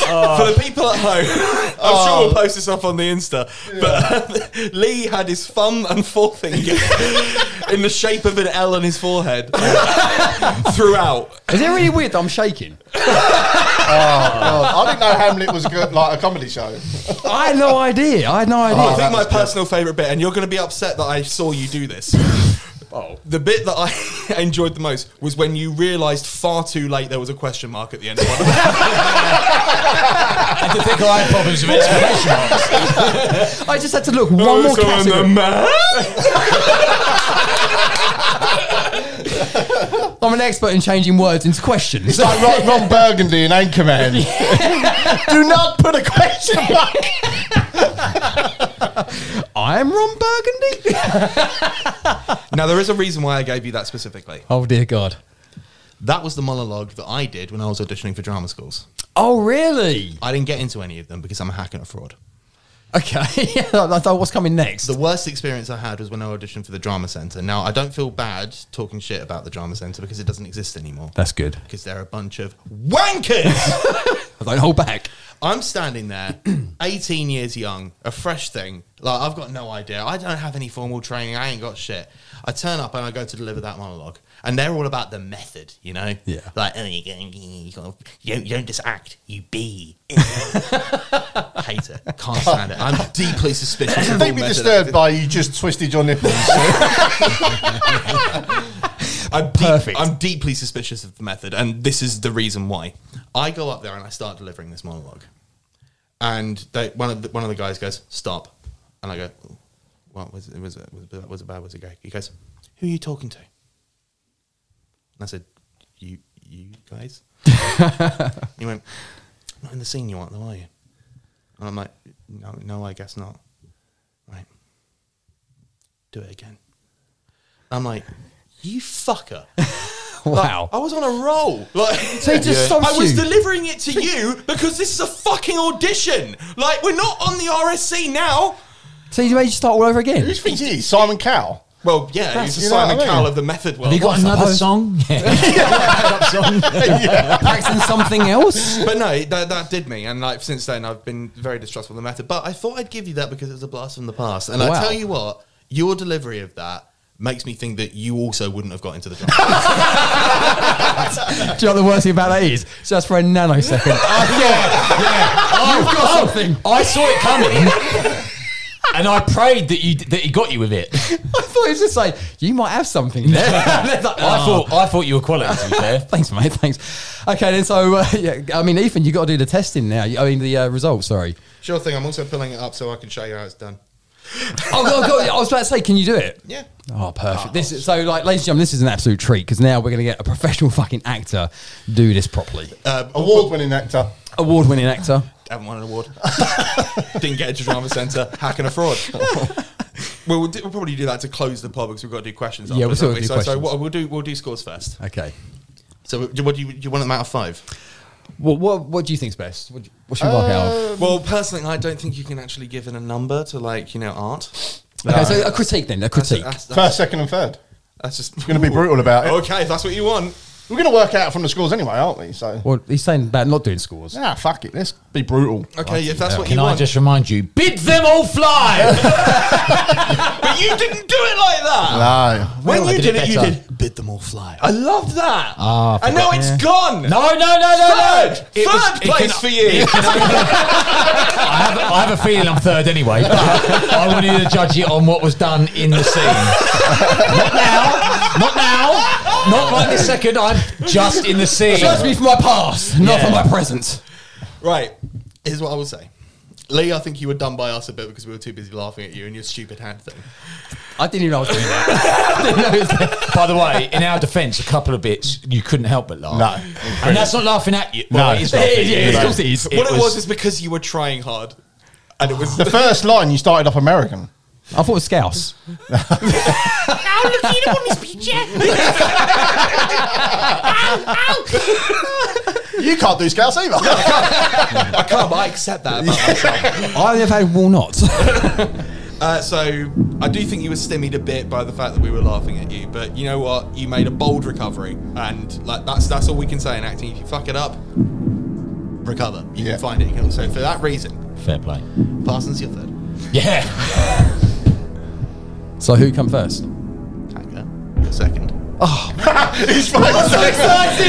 [SPEAKER 7] For the people at home, I'm
[SPEAKER 2] Oh.
[SPEAKER 7] sure we'll post this up on the Insta. But Lee had his thumb and forefinger in the shape of an L on his forehead throughout.
[SPEAKER 2] Is it really weird that I'm shaking?
[SPEAKER 4] I didn't know Hamlet was good, like a comedy show.
[SPEAKER 2] I had no idea. Oh, I had no idea.
[SPEAKER 7] I think
[SPEAKER 4] Oh, was
[SPEAKER 7] my
[SPEAKER 4] good.
[SPEAKER 7] personal favourite bit, and you're going to be upset that I saw you do this. Oh. The bit that I enjoyed the most was when you realised far too late there was a question mark at the end of one of them.
[SPEAKER 10] I did think I had problems with exclamation marks.
[SPEAKER 2] I just had to look one more category. I'm an expert in changing words into questions.
[SPEAKER 4] It's like Ron, Ron Burgundy in Anchorman. Do not put a question mark.
[SPEAKER 2] I'm Ron Burgundy.
[SPEAKER 7] Now, there is a reason why I gave you that specifically.
[SPEAKER 2] oh dear God.
[SPEAKER 7] That was the monologue that I did when I was auditioning for drama schools.
[SPEAKER 2] Oh really?
[SPEAKER 7] I didn't get into any of them because I'm a hack and a fraud.
[SPEAKER 2] Okay. I thought, What's coming next?
[SPEAKER 7] The worst experience I had was when I auditioned for the Drama Centre. Now, I don't feel bad talking shit about the Drama Centre because it doesn't exist anymore.
[SPEAKER 2] That's good.
[SPEAKER 7] Because they're a bunch of wankers!
[SPEAKER 2] I don't hold back.
[SPEAKER 7] I'm standing there, 18 years young, a fresh thing. Like, I've got no idea. I don't have any formal training. I ain't got shit. I turn up and I go to deliver that monologue. And they're all about the method, you know?
[SPEAKER 2] Yeah.
[SPEAKER 7] Like, oh, you, go- you, gotta- you, don't, you don't just act, you be. Hate it. Can't stand it. I'm deeply suspicious of all
[SPEAKER 4] Don't be
[SPEAKER 7] method
[SPEAKER 4] disturbed
[SPEAKER 7] acting.
[SPEAKER 4] by you just twisted your nipples.
[SPEAKER 7] I'm deep-
[SPEAKER 2] Perfect.
[SPEAKER 7] I'm deeply suspicious of the method, and this is the reason why. I go up there and I start delivering this monologue, and they, one of the, one of the guys goes, "Stop," and I go, "What was it? Was it was it, was it bad? Was it great?" He goes, "Who are you talking to?" And I said, "You you guys." he went, "Not in the scene you aren't, though, are you?" And I'm like, "No, no, I guess not." Right, do it again. I'm like, you fucker.
[SPEAKER 2] wow.
[SPEAKER 7] I was on a roll. Like,
[SPEAKER 2] So he just Yeah. stops
[SPEAKER 7] I was
[SPEAKER 2] you.
[SPEAKER 7] delivering it to you because this is a fucking audition. Like, we're not on the RSC now.
[SPEAKER 2] So you made you start all over again.
[SPEAKER 4] Who thinks he is? Simon Cowell.
[SPEAKER 7] Well, yeah,
[SPEAKER 4] That's-
[SPEAKER 7] he's a
[SPEAKER 4] you know
[SPEAKER 7] Simon
[SPEAKER 4] what I mean?
[SPEAKER 7] Cowell of the method world.
[SPEAKER 1] Have you got
[SPEAKER 2] I
[SPEAKER 1] another
[SPEAKER 2] suppose.
[SPEAKER 1] song? Yeah.
[SPEAKER 2] Practicing something else.
[SPEAKER 7] but no, that, that did me, and like since then, I've been very distrustful of the method. But I thought I'd give you that because it was a blast from the past, and
[SPEAKER 2] Wow.
[SPEAKER 7] I tell you what, your delivery of that makes me think that you also wouldn't have got into the job.
[SPEAKER 2] Do you know what the worst thing about that is? It's Just for a nanosecond. oh, yeah, yeah. Oh, You've
[SPEAKER 10] Oh,
[SPEAKER 2] got something.
[SPEAKER 1] I saw it coming. And I prayed that you that he got you with it.
[SPEAKER 2] I thought he was just like, you might have something there. It's like,
[SPEAKER 1] I
[SPEAKER 2] "Oh,
[SPEAKER 1] thought I thought you were quality. To be fair,
[SPEAKER 2] Thanks, mate. Thanks. Okay, then. So, uh, yeah, I mean, Ethan, you got to do the testing now. I mean, the uh, results. Sorry.
[SPEAKER 7] sure thing. I'm also pulling it up so I can show you how it's done.
[SPEAKER 2] Oh, God, God, I was about to say, can you do it?
[SPEAKER 7] Yeah.
[SPEAKER 2] Oh, perfect. this is, so, like, ladies and gentlemen, this is an absolute treat because now we're going to get a professional fucking actor do this properly.
[SPEAKER 4] Award winning actor.
[SPEAKER 2] Award-winning actor.
[SPEAKER 7] haven't won an award. Didn't get into drama centre. Hack and a fraud. well, we'll, do, we'll probably do that to close the pod because we've got to do questions.
[SPEAKER 2] Yeah, we'll
[SPEAKER 7] afterwards, haven't
[SPEAKER 2] sort of
[SPEAKER 7] we?
[SPEAKER 2] do
[SPEAKER 7] so,
[SPEAKER 2] questions.
[SPEAKER 7] So what, we'll do we'll do scores first.
[SPEAKER 2] Okay.
[SPEAKER 7] So do- what do you do? You want them out of five?
[SPEAKER 2] Well, what what do you think's best? What, do you- what should we work out of?
[SPEAKER 7] Well, personally, I don't think you can actually give in a number to like you know art.
[SPEAKER 2] Okay, so a critique then. A
[SPEAKER 7] That's,
[SPEAKER 2] critique.
[SPEAKER 7] that's, that's,
[SPEAKER 4] First, second, and third.
[SPEAKER 7] that's just
[SPEAKER 4] We're going to be brutal about it.
[SPEAKER 7] Okay, if that's what you want.
[SPEAKER 4] We're going to work out from the scores anyway, aren't we? So,
[SPEAKER 2] Well, he's saying about not doing scores.
[SPEAKER 4] ah, fuck it. Let's be brutal.
[SPEAKER 7] Okay, if that's what
[SPEAKER 1] can
[SPEAKER 7] you
[SPEAKER 1] I
[SPEAKER 7] want.
[SPEAKER 1] just remind you? Bid them all fly.
[SPEAKER 7] but you didn't do it like that.
[SPEAKER 4] No.
[SPEAKER 7] When
[SPEAKER 1] Well, I
[SPEAKER 7] you
[SPEAKER 1] did
[SPEAKER 7] did
[SPEAKER 1] it
[SPEAKER 7] it, you
[SPEAKER 1] better.
[SPEAKER 7] did bid them all fly. I loved that.
[SPEAKER 1] Ah, I
[SPEAKER 7] and now
[SPEAKER 1] forgot.
[SPEAKER 7] it's gone.
[SPEAKER 1] no, no, no, no, no.
[SPEAKER 7] Third!
[SPEAKER 1] It was-
[SPEAKER 7] Third
[SPEAKER 1] it can-
[SPEAKER 7] place for you.
[SPEAKER 1] it can- I, have, I have a feeling I'm third anyway. but I want you to judge it on what was done in the scene. not now. Not now. Not right this second. I'm just in the scene.
[SPEAKER 2] Judge me for my past, not
[SPEAKER 1] Yeah.
[SPEAKER 2] for my present.
[SPEAKER 7] Right. Here's what I will say. Lee, I think you were done by us a bit because we were too busy laughing at you and your stupid hand thing.
[SPEAKER 2] I didn't even know I was doing that.
[SPEAKER 1] By the way, in our defence, a couple of bits you couldn't help but laugh. No, and that's not laughing at you. Well,
[SPEAKER 4] No.
[SPEAKER 1] it is laughing at you,
[SPEAKER 2] Yeah, of
[SPEAKER 1] but
[SPEAKER 2] course it is.
[SPEAKER 7] what it was is because you were trying hard. And it was
[SPEAKER 4] The first line, you started off American.
[SPEAKER 2] I thought it was Scouse.
[SPEAKER 5] Ow, look, you don't want this picture.
[SPEAKER 4] You can't do scouts either.
[SPEAKER 7] I can't but I accept that. about myself.
[SPEAKER 2] I have had walnut.
[SPEAKER 7] uh, so I do think you were stimmied a bit by the fact that we were laughing at you, but you know what? You made a bold recovery, and like that's that's all we can say in acting. If you fuck it up, recover. You
[SPEAKER 4] Yeah.
[SPEAKER 7] can find it. You can also for that reason,
[SPEAKER 1] fair play.
[SPEAKER 7] Parsons your third.
[SPEAKER 1] Yeah.
[SPEAKER 2] so who come first?
[SPEAKER 7] Hanger, your second.
[SPEAKER 4] He's fucking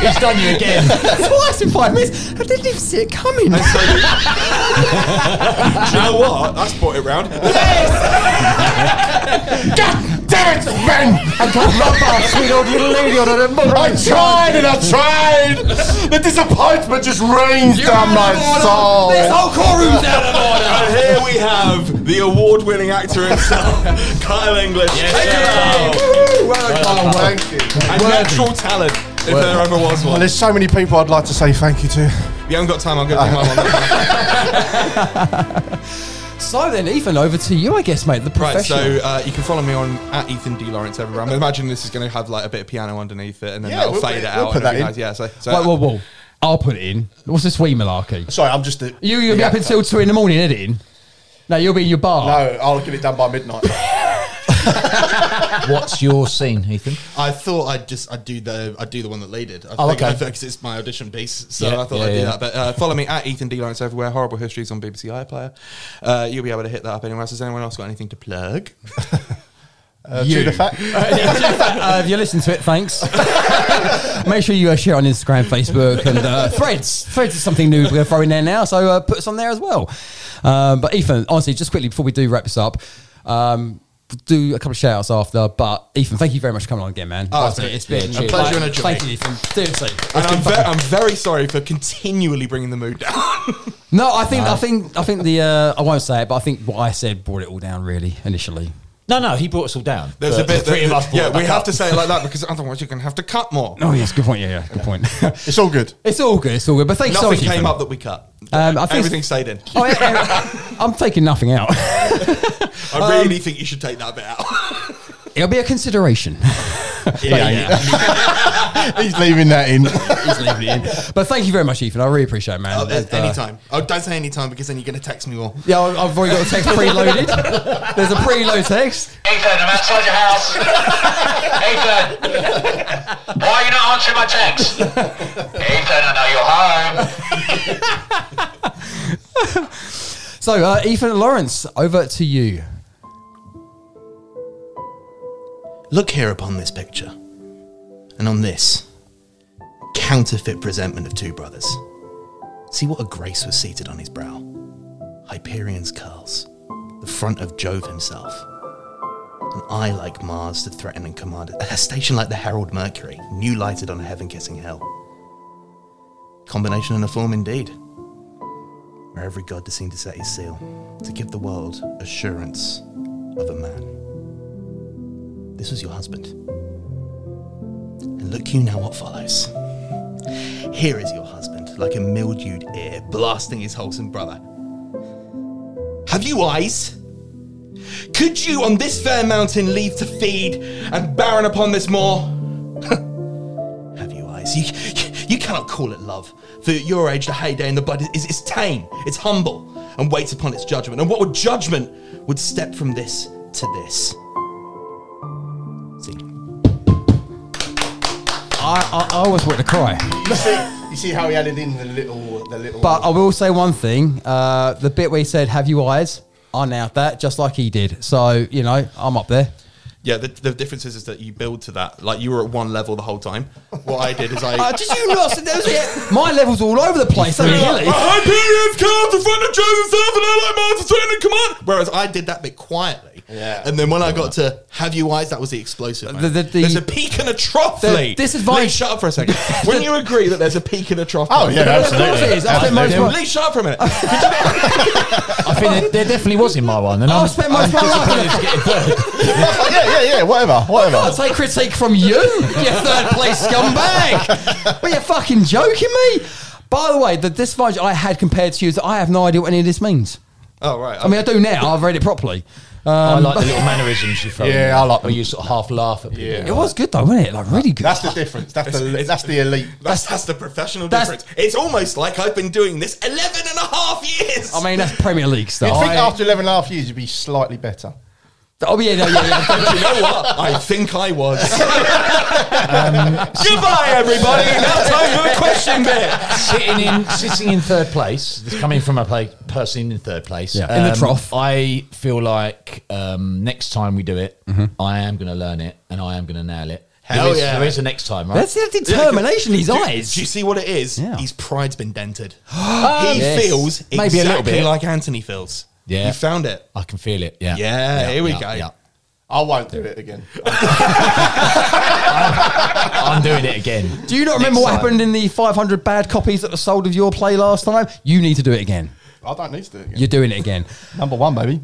[SPEAKER 1] He's done you again.
[SPEAKER 2] Twice in five minutes. I didn't even see it coming.
[SPEAKER 7] Do you know what? That's brought it round.
[SPEAKER 4] God damn it, Ben! I got love our sweet old little lady on her I tried and I tried! The disappointment just rains down my soul!
[SPEAKER 2] This whole core room's out of order.
[SPEAKER 7] And here we have the award-winning actor himself, Kyle English.
[SPEAKER 1] Yes,
[SPEAKER 7] Hey!
[SPEAKER 4] Oh, thank you.
[SPEAKER 7] A natural talent, if there ever was
[SPEAKER 4] Well,
[SPEAKER 7] one.
[SPEAKER 4] there's so many people I'd like to say thank you to.
[SPEAKER 7] You haven't got time. I'll go do my one.
[SPEAKER 2] So then, Ethan, over to you, I guess, mate. The
[SPEAKER 7] Right, so
[SPEAKER 2] professional.
[SPEAKER 7] uh, you can follow me on at Ethan D Lawrence everywhere. I'm imagining this is going to have like a bit of piano underneath it, and then
[SPEAKER 4] Yeah,
[SPEAKER 7] that'll
[SPEAKER 4] we'll
[SPEAKER 7] fade
[SPEAKER 4] put-
[SPEAKER 7] it
[SPEAKER 4] we'll
[SPEAKER 7] out.
[SPEAKER 4] put
[SPEAKER 7] and
[SPEAKER 4] that
[SPEAKER 7] everything
[SPEAKER 4] in.
[SPEAKER 7] else. Yeah. So, so
[SPEAKER 2] whoa, whoa, whoa. uh, I'll put it in. What's this wee malarkey?
[SPEAKER 4] Sorry, I'm just. A, no,
[SPEAKER 2] You're gonna be up until two in the morning editing. No, you'll be in your bar.
[SPEAKER 4] I'll get it done by midnight.
[SPEAKER 1] What's your scene, Ethan?
[SPEAKER 7] I thought I'd just I'd do the I'd do the one that Lee did. I
[SPEAKER 1] Oh,
[SPEAKER 7] think,
[SPEAKER 1] okay.
[SPEAKER 7] I think 'cause it's my audition piece, so
[SPEAKER 1] Yeah,
[SPEAKER 7] I thought
[SPEAKER 1] yeah,
[SPEAKER 7] I'd do
[SPEAKER 1] yeah.
[SPEAKER 7] that. But uh, follow me at Ethan D Lawrence everywhere. Horrible histories on BBC iPlayer. Uh, you'll be able to hit that up anywhere else. Has anyone else got anything to plug?
[SPEAKER 4] Uh, due to fact.
[SPEAKER 2] uh, if you listen to it, thanks. Make sure you uh, share on Instagram, Facebook, and uh, Threads. Threads is something new we're going to throw in there now, so uh, put us on there as well. Um, but Ethan, honestly, just quickly before we do wrap this up, um, do a couple of shout outs after. But Ethan, thank you very much for coming on again, man.
[SPEAKER 7] Oh,
[SPEAKER 2] Honestly,
[SPEAKER 7] it's
[SPEAKER 2] it's
[SPEAKER 7] been-
[SPEAKER 2] been
[SPEAKER 7] a pleasure and a joy.
[SPEAKER 2] Thank you, Ethan. Seriously.
[SPEAKER 7] And I'm, ve- I'm very sorry for continually bringing the mood down.
[SPEAKER 2] No, I think I think I think the uh, I won't say it, but I think what I said brought it all down really initially.
[SPEAKER 1] No, no, he brought us all down.
[SPEAKER 7] There's
[SPEAKER 1] The-
[SPEAKER 7] a bit.
[SPEAKER 1] the three of
[SPEAKER 7] that-
[SPEAKER 1] us. brought
[SPEAKER 7] Yeah,
[SPEAKER 1] it
[SPEAKER 7] we
[SPEAKER 1] back
[SPEAKER 7] have
[SPEAKER 1] up.
[SPEAKER 7] to say it like that because otherwise you're going to have to cut more.
[SPEAKER 2] Oh yes, good point. Yeah, yeah, good point.
[SPEAKER 4] It's all good.
[SPEAKER 2] it's all good. It's all good. But thanks so
[SPEAKER 7] Nothing
[SPEAKER 2] much.
[SPEAKER 7] came
[SPEAKER 2] Ethan.
[SPEAKER 7] up that we cut.
[SPEAKER 2] Um, I think-
[SPEAKER 7] Everything stayed in.
[SPEAKER 2] Oh, yeah, yeah. I'm taking nothing out.
[SPEAKER 7] I really think you should take that bit out.
[SPEAKER 2] It'll be a consideration.
[SPEAKER 4] He's leaving that in.
[SPEAKER 2] He's leaving it in. But thank you very much, Ethan. I really appreciate it, man.
[SPEAKER 7] Oh,
[SPEAKER 2] And,
[SPEAKER 7] there's
[SPEAKER 2] uh,
[SPEAKER 7] anytime. Oh, don't say anytime because then you're going to text me more.
[SPEAKER 2] Yeah, I- I've already got a text preloaded. There's a preload text.
[SPEAKER 9] Ethan, I'm outside your house. Ethan, why are you not answering my text? Ethan, I know you're home.
[SPEAKER 2] So, uh, Ethan and Lawrence, over to you.
[SPEAKER 7] Look here upon this picture, and on this counterfeit presentment of two brothers. See what a grace was seated on his brow. Hyperion's curls, the front of Jove himself. An eye like Mars to threaten and command, a station like the herald Mercury, new lighted on a heaven kissing hell. Combination and a form indeed, where every god to seem to set his seal, to give the world assurance of a man. This was your husband. And look you now what follows. Here is your husband, like a mildewed ear, blasting his wholesome brother. Have you eyes? Could you on this fair mountain leave to feed and barren upon this moor? Have you eyes? You, you, you cannot call it love, for at your age the heyday in the bud is, is tame, it's humble, and waits upon its judgment. And what would judgment would step from this to this? See,
[SPEAKER 2] I, I, I always want to cry.
[SPEAKER 11] You see, you see how he added in the little, the little.
[SPEAKER 2] But I will say one thing uh, the bit where he said, Have you eyes? I nailed that just like he did. So, you know, I'm up there.
[SPEAKER 7] Yeah, the, the difference is, is that you build to that. Like you were at one level the whole time. What I did is I.
[SPEAKER 2] Uh, did you not? That was it. My level's all over the place. Don't
[SPEAKER 7] Really?
[SPEAKER 2] really?
[SPEAKER 7] Hyperion's cast in front of Joseph Self and Ally Mars threatening and command. Whereas I did that bit quietly.
[SPEAKER 11] Yeah.
[SPEAKER 7] And then when I got to have you eyes, that was the explosive. moment.
[SPEAKER 2] the- the-
[SPEAKER 7] there's a peak and a trough.
[SPEAKER 2] The
[SPEAKER 7] Lee.
[SPEAKER 2] disadvantage-
[SPEAKER 7] Lee, shut up for a second. when you agree that there's a peak and a trough.
[SPEAKER 4] Oh, yeah, absolutely.
[SPEAKER 2] Of course it is. I spent
[SPEAKER 4] Absolutely.
[SPEAKER 2] most of my-
[SPEAKER 7] Lee, shut up for a minute.
[SPEAKER 1] I think there, there definitely was in my one, and
[SPEAKER 2] I
[SPEAKER 7] Um,
[SPEAKER 1] I'm,
[SPEAKER 2] spent Oh, most of my life. in it.
[SPEAKER 4] yeah, yeah, yeah. Whatever,
[SPEAKER 2] I'll
[SPEAKER 4] whatever.
[SPEAKER 2] take critique from you, you third place scumbag. Are you fucking joking me? By the way, the disadvantage I had compared to you is that I have no idea what any of this means.
[SPEAKER 7] oh right.
[SPEAKER 2] I mean, I do now. I've read it properly.
[SPEAKER 1] I like the little mannerisms you throw.
[SPEAKER 4] Yeah, I like
[SPEAKER 1] Or you sort of half laugh at people.
[SPEAKER 2] It was good though, wasn't it? Like really good.
[SPEAKER 11] that's the difference. That's the, that's the elite.
[SPEAKER 7] that's, that's the professional
[SPEAKER 2] That's-
[SPEAKER 7] difference. It's almost like I've been doing this 11 and a half years.
[SPEAKER 2] I mean, that's Premier League
[SPEAKER 11] You'd
[SPEAKER 2] stuff.
[SPEAKER 11] think
[SPEAKER 2] I-
[SPEAKER 11] after 11 and a half years, you'd be slightly better.
[SPEAKER 2] oh yeah, no, yeah, yeah.
[SPEAKER 7] Do you know what? I think I was. Goodbye, everybody. Now time for the question bit.
[SPEAKER 1] sitting in sitting in third place. this Coming from a pla- person in third place um,
[SPEAKER 2] Yeah. In the trough.
[SPEAKER 1] I feel like um, next time we do it, I am going to learn it and I am going to nail it.
[SPEAKER 7] Mm-hmm. Hell
[SPEAKER 1] there is,
[SPEAKER 7] yeah.
[SPEAKER 1] There is a next time, right?
[SPEAKER 2] That's the determination in his
[SPEAKER 7] Do you-
[SPEAKER 2] eyes.
[SPEAKER 7] Do you see what it is?
[SPEAKER 2] Yeah.
[SPEAKER 7] His pride's been dented. he
[SPEAKER 2] yes.
[SPEAKER 7] feels exactly
[SPEAKER 1] Maybe a little bit.
[SPEAKER 7] like Anthony feels.
[SPEAKER 1] Yeah.
[SPEAKER 7] You found it.
[SPEAKER 1] I can feel it. Yeah.
[SPEAKER 7] Yeah, here we go.
[SPEAKER 11] I won't do it again.
[SPEAKER 1] I'm doing it again.
[SPEAKER 2] Do you not remember what happened in the 500 bad copies that were sold of your play last time? You need to do it again.
[SPEAKER 11] I don't need to do it again.
[SPEAKER 2] You're doing it again.
[SPEAKER 4] Number one, baby.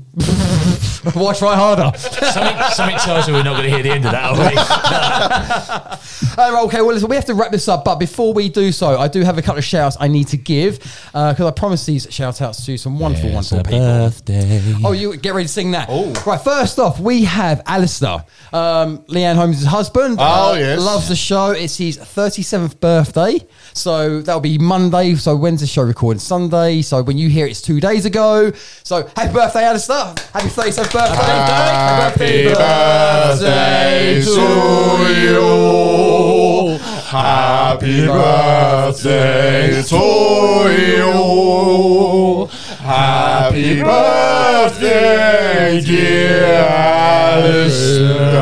[SPEAKER 2] Why try harder?
[SPEAKER 1] something, something tells me we're not going to hear the end of that, are
[SPEAKER 2] Uh, okay, well, listen, we have to wrap this up, but before we do so, I do have a couple of shouts I need to give because I promised these shout outs to some wonderful, wonderful people. Oh, you get ready to sing that.
[SPEAKER 11] Oh.
[SPEAKER 2] Right, first off, we have Alistair, um, Leanne Holmes' husband. uh,
[SPEAKER 11] Oh, yes.
[SPEAKER 2] Loves the show. It's his 37th birthday. So that'll be Monday. So when's the show recorded? Sunday. So when you hear it, it's two days ago. So happy birthday, Alistair. Happy 37th birthday. Happy birthday
[SPEAKER 4] you. Happy birthday to you. Happy birthday, dear Alistair.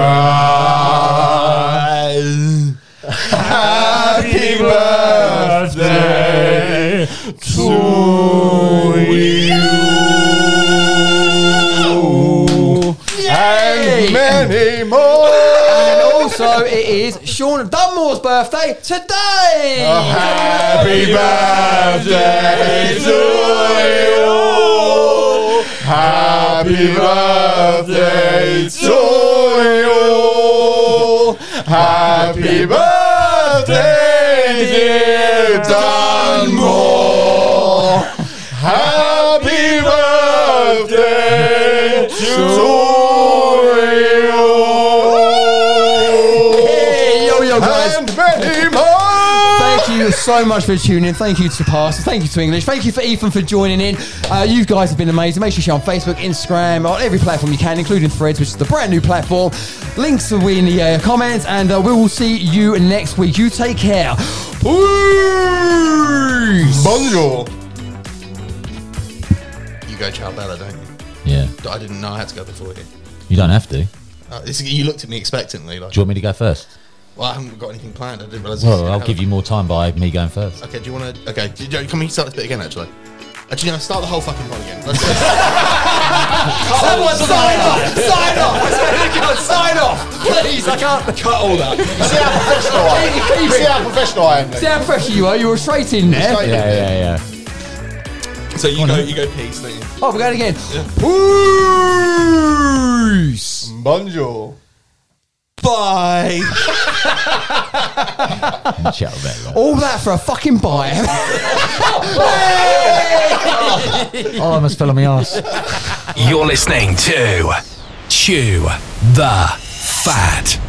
[SPEAKER 4] Happy birthday to you. And many more.
[SPEAKER 2] And also, it is Sean Dunmore's birthday today.
[SPEAKER 4] Happy birthday to you. Happy birthday to you. Happy birthday, dear Dunmore. Happy birthday to you.
[SPEAKER 2] you so much for tuning in. Thank you to Pastor. Thank you to English. Thank you for Ethan for joining in. Uh, you guys have been amazing. Make sure you share on Facebook, Instagram, on every platform you can, including Threads, which is the brand new platform. Links will be in the uh, comments, and uh, we will see you next week. You take care. Peace.
[SPEAKER 4] Bonjour. You go Charles Bella, don't you?
[SPEAKER 1] Yeah.
[SPEAKER 4] I didn't know I had to go before you.
[SPEAKER 1] You don't have to. Do you
[SPEAKER 4] Uh, this, you looked at me expectantly, like,
[SPEAKER 1] want me to go first?
[SPEAKER 4] well, I haven't got anything planned. I didn't realise.
[SPEAKER 1] Well, I'll give you more time by me going first.
[SPEAKER 4] Okay, do you want to? Okay, do you, can we start this bit again? Actually, actually, no, start the whole fucking pod again. Let's
[SPEAKER 2] Someone sign off. Sign off. Sign off. Please, I can't.
[SPEAKER 7] Cut all that.
[SPEAKER 4] see how professional I am.
[SPEAKER 2] Keep- keep
[SPEAKER 4] see
[SPEAKER 2] it.
[SPEAKER 4] how professional I am.
[SPEAKER 2] See how fresh you are. You were straight in there.
[SPEAKER 4] Straight in.
[SPEAKER 1] Yeah, yeah, yeah.
[SPEAKER 7] So you go, you go peace, don't you?
[SPEAKER 2] Oh, we're going again. Peace.
[SPEAKER 4] Bonjour.
[SPEAKER 7] Bye.
[SPEAKER 1] Chat about that.
[SPEAKER 2] All that for a fucking bite.
[SPEAKER 1] Oh, I almost fell on my ass.
[SPEAKER 8] You're listening to Chew the Fat.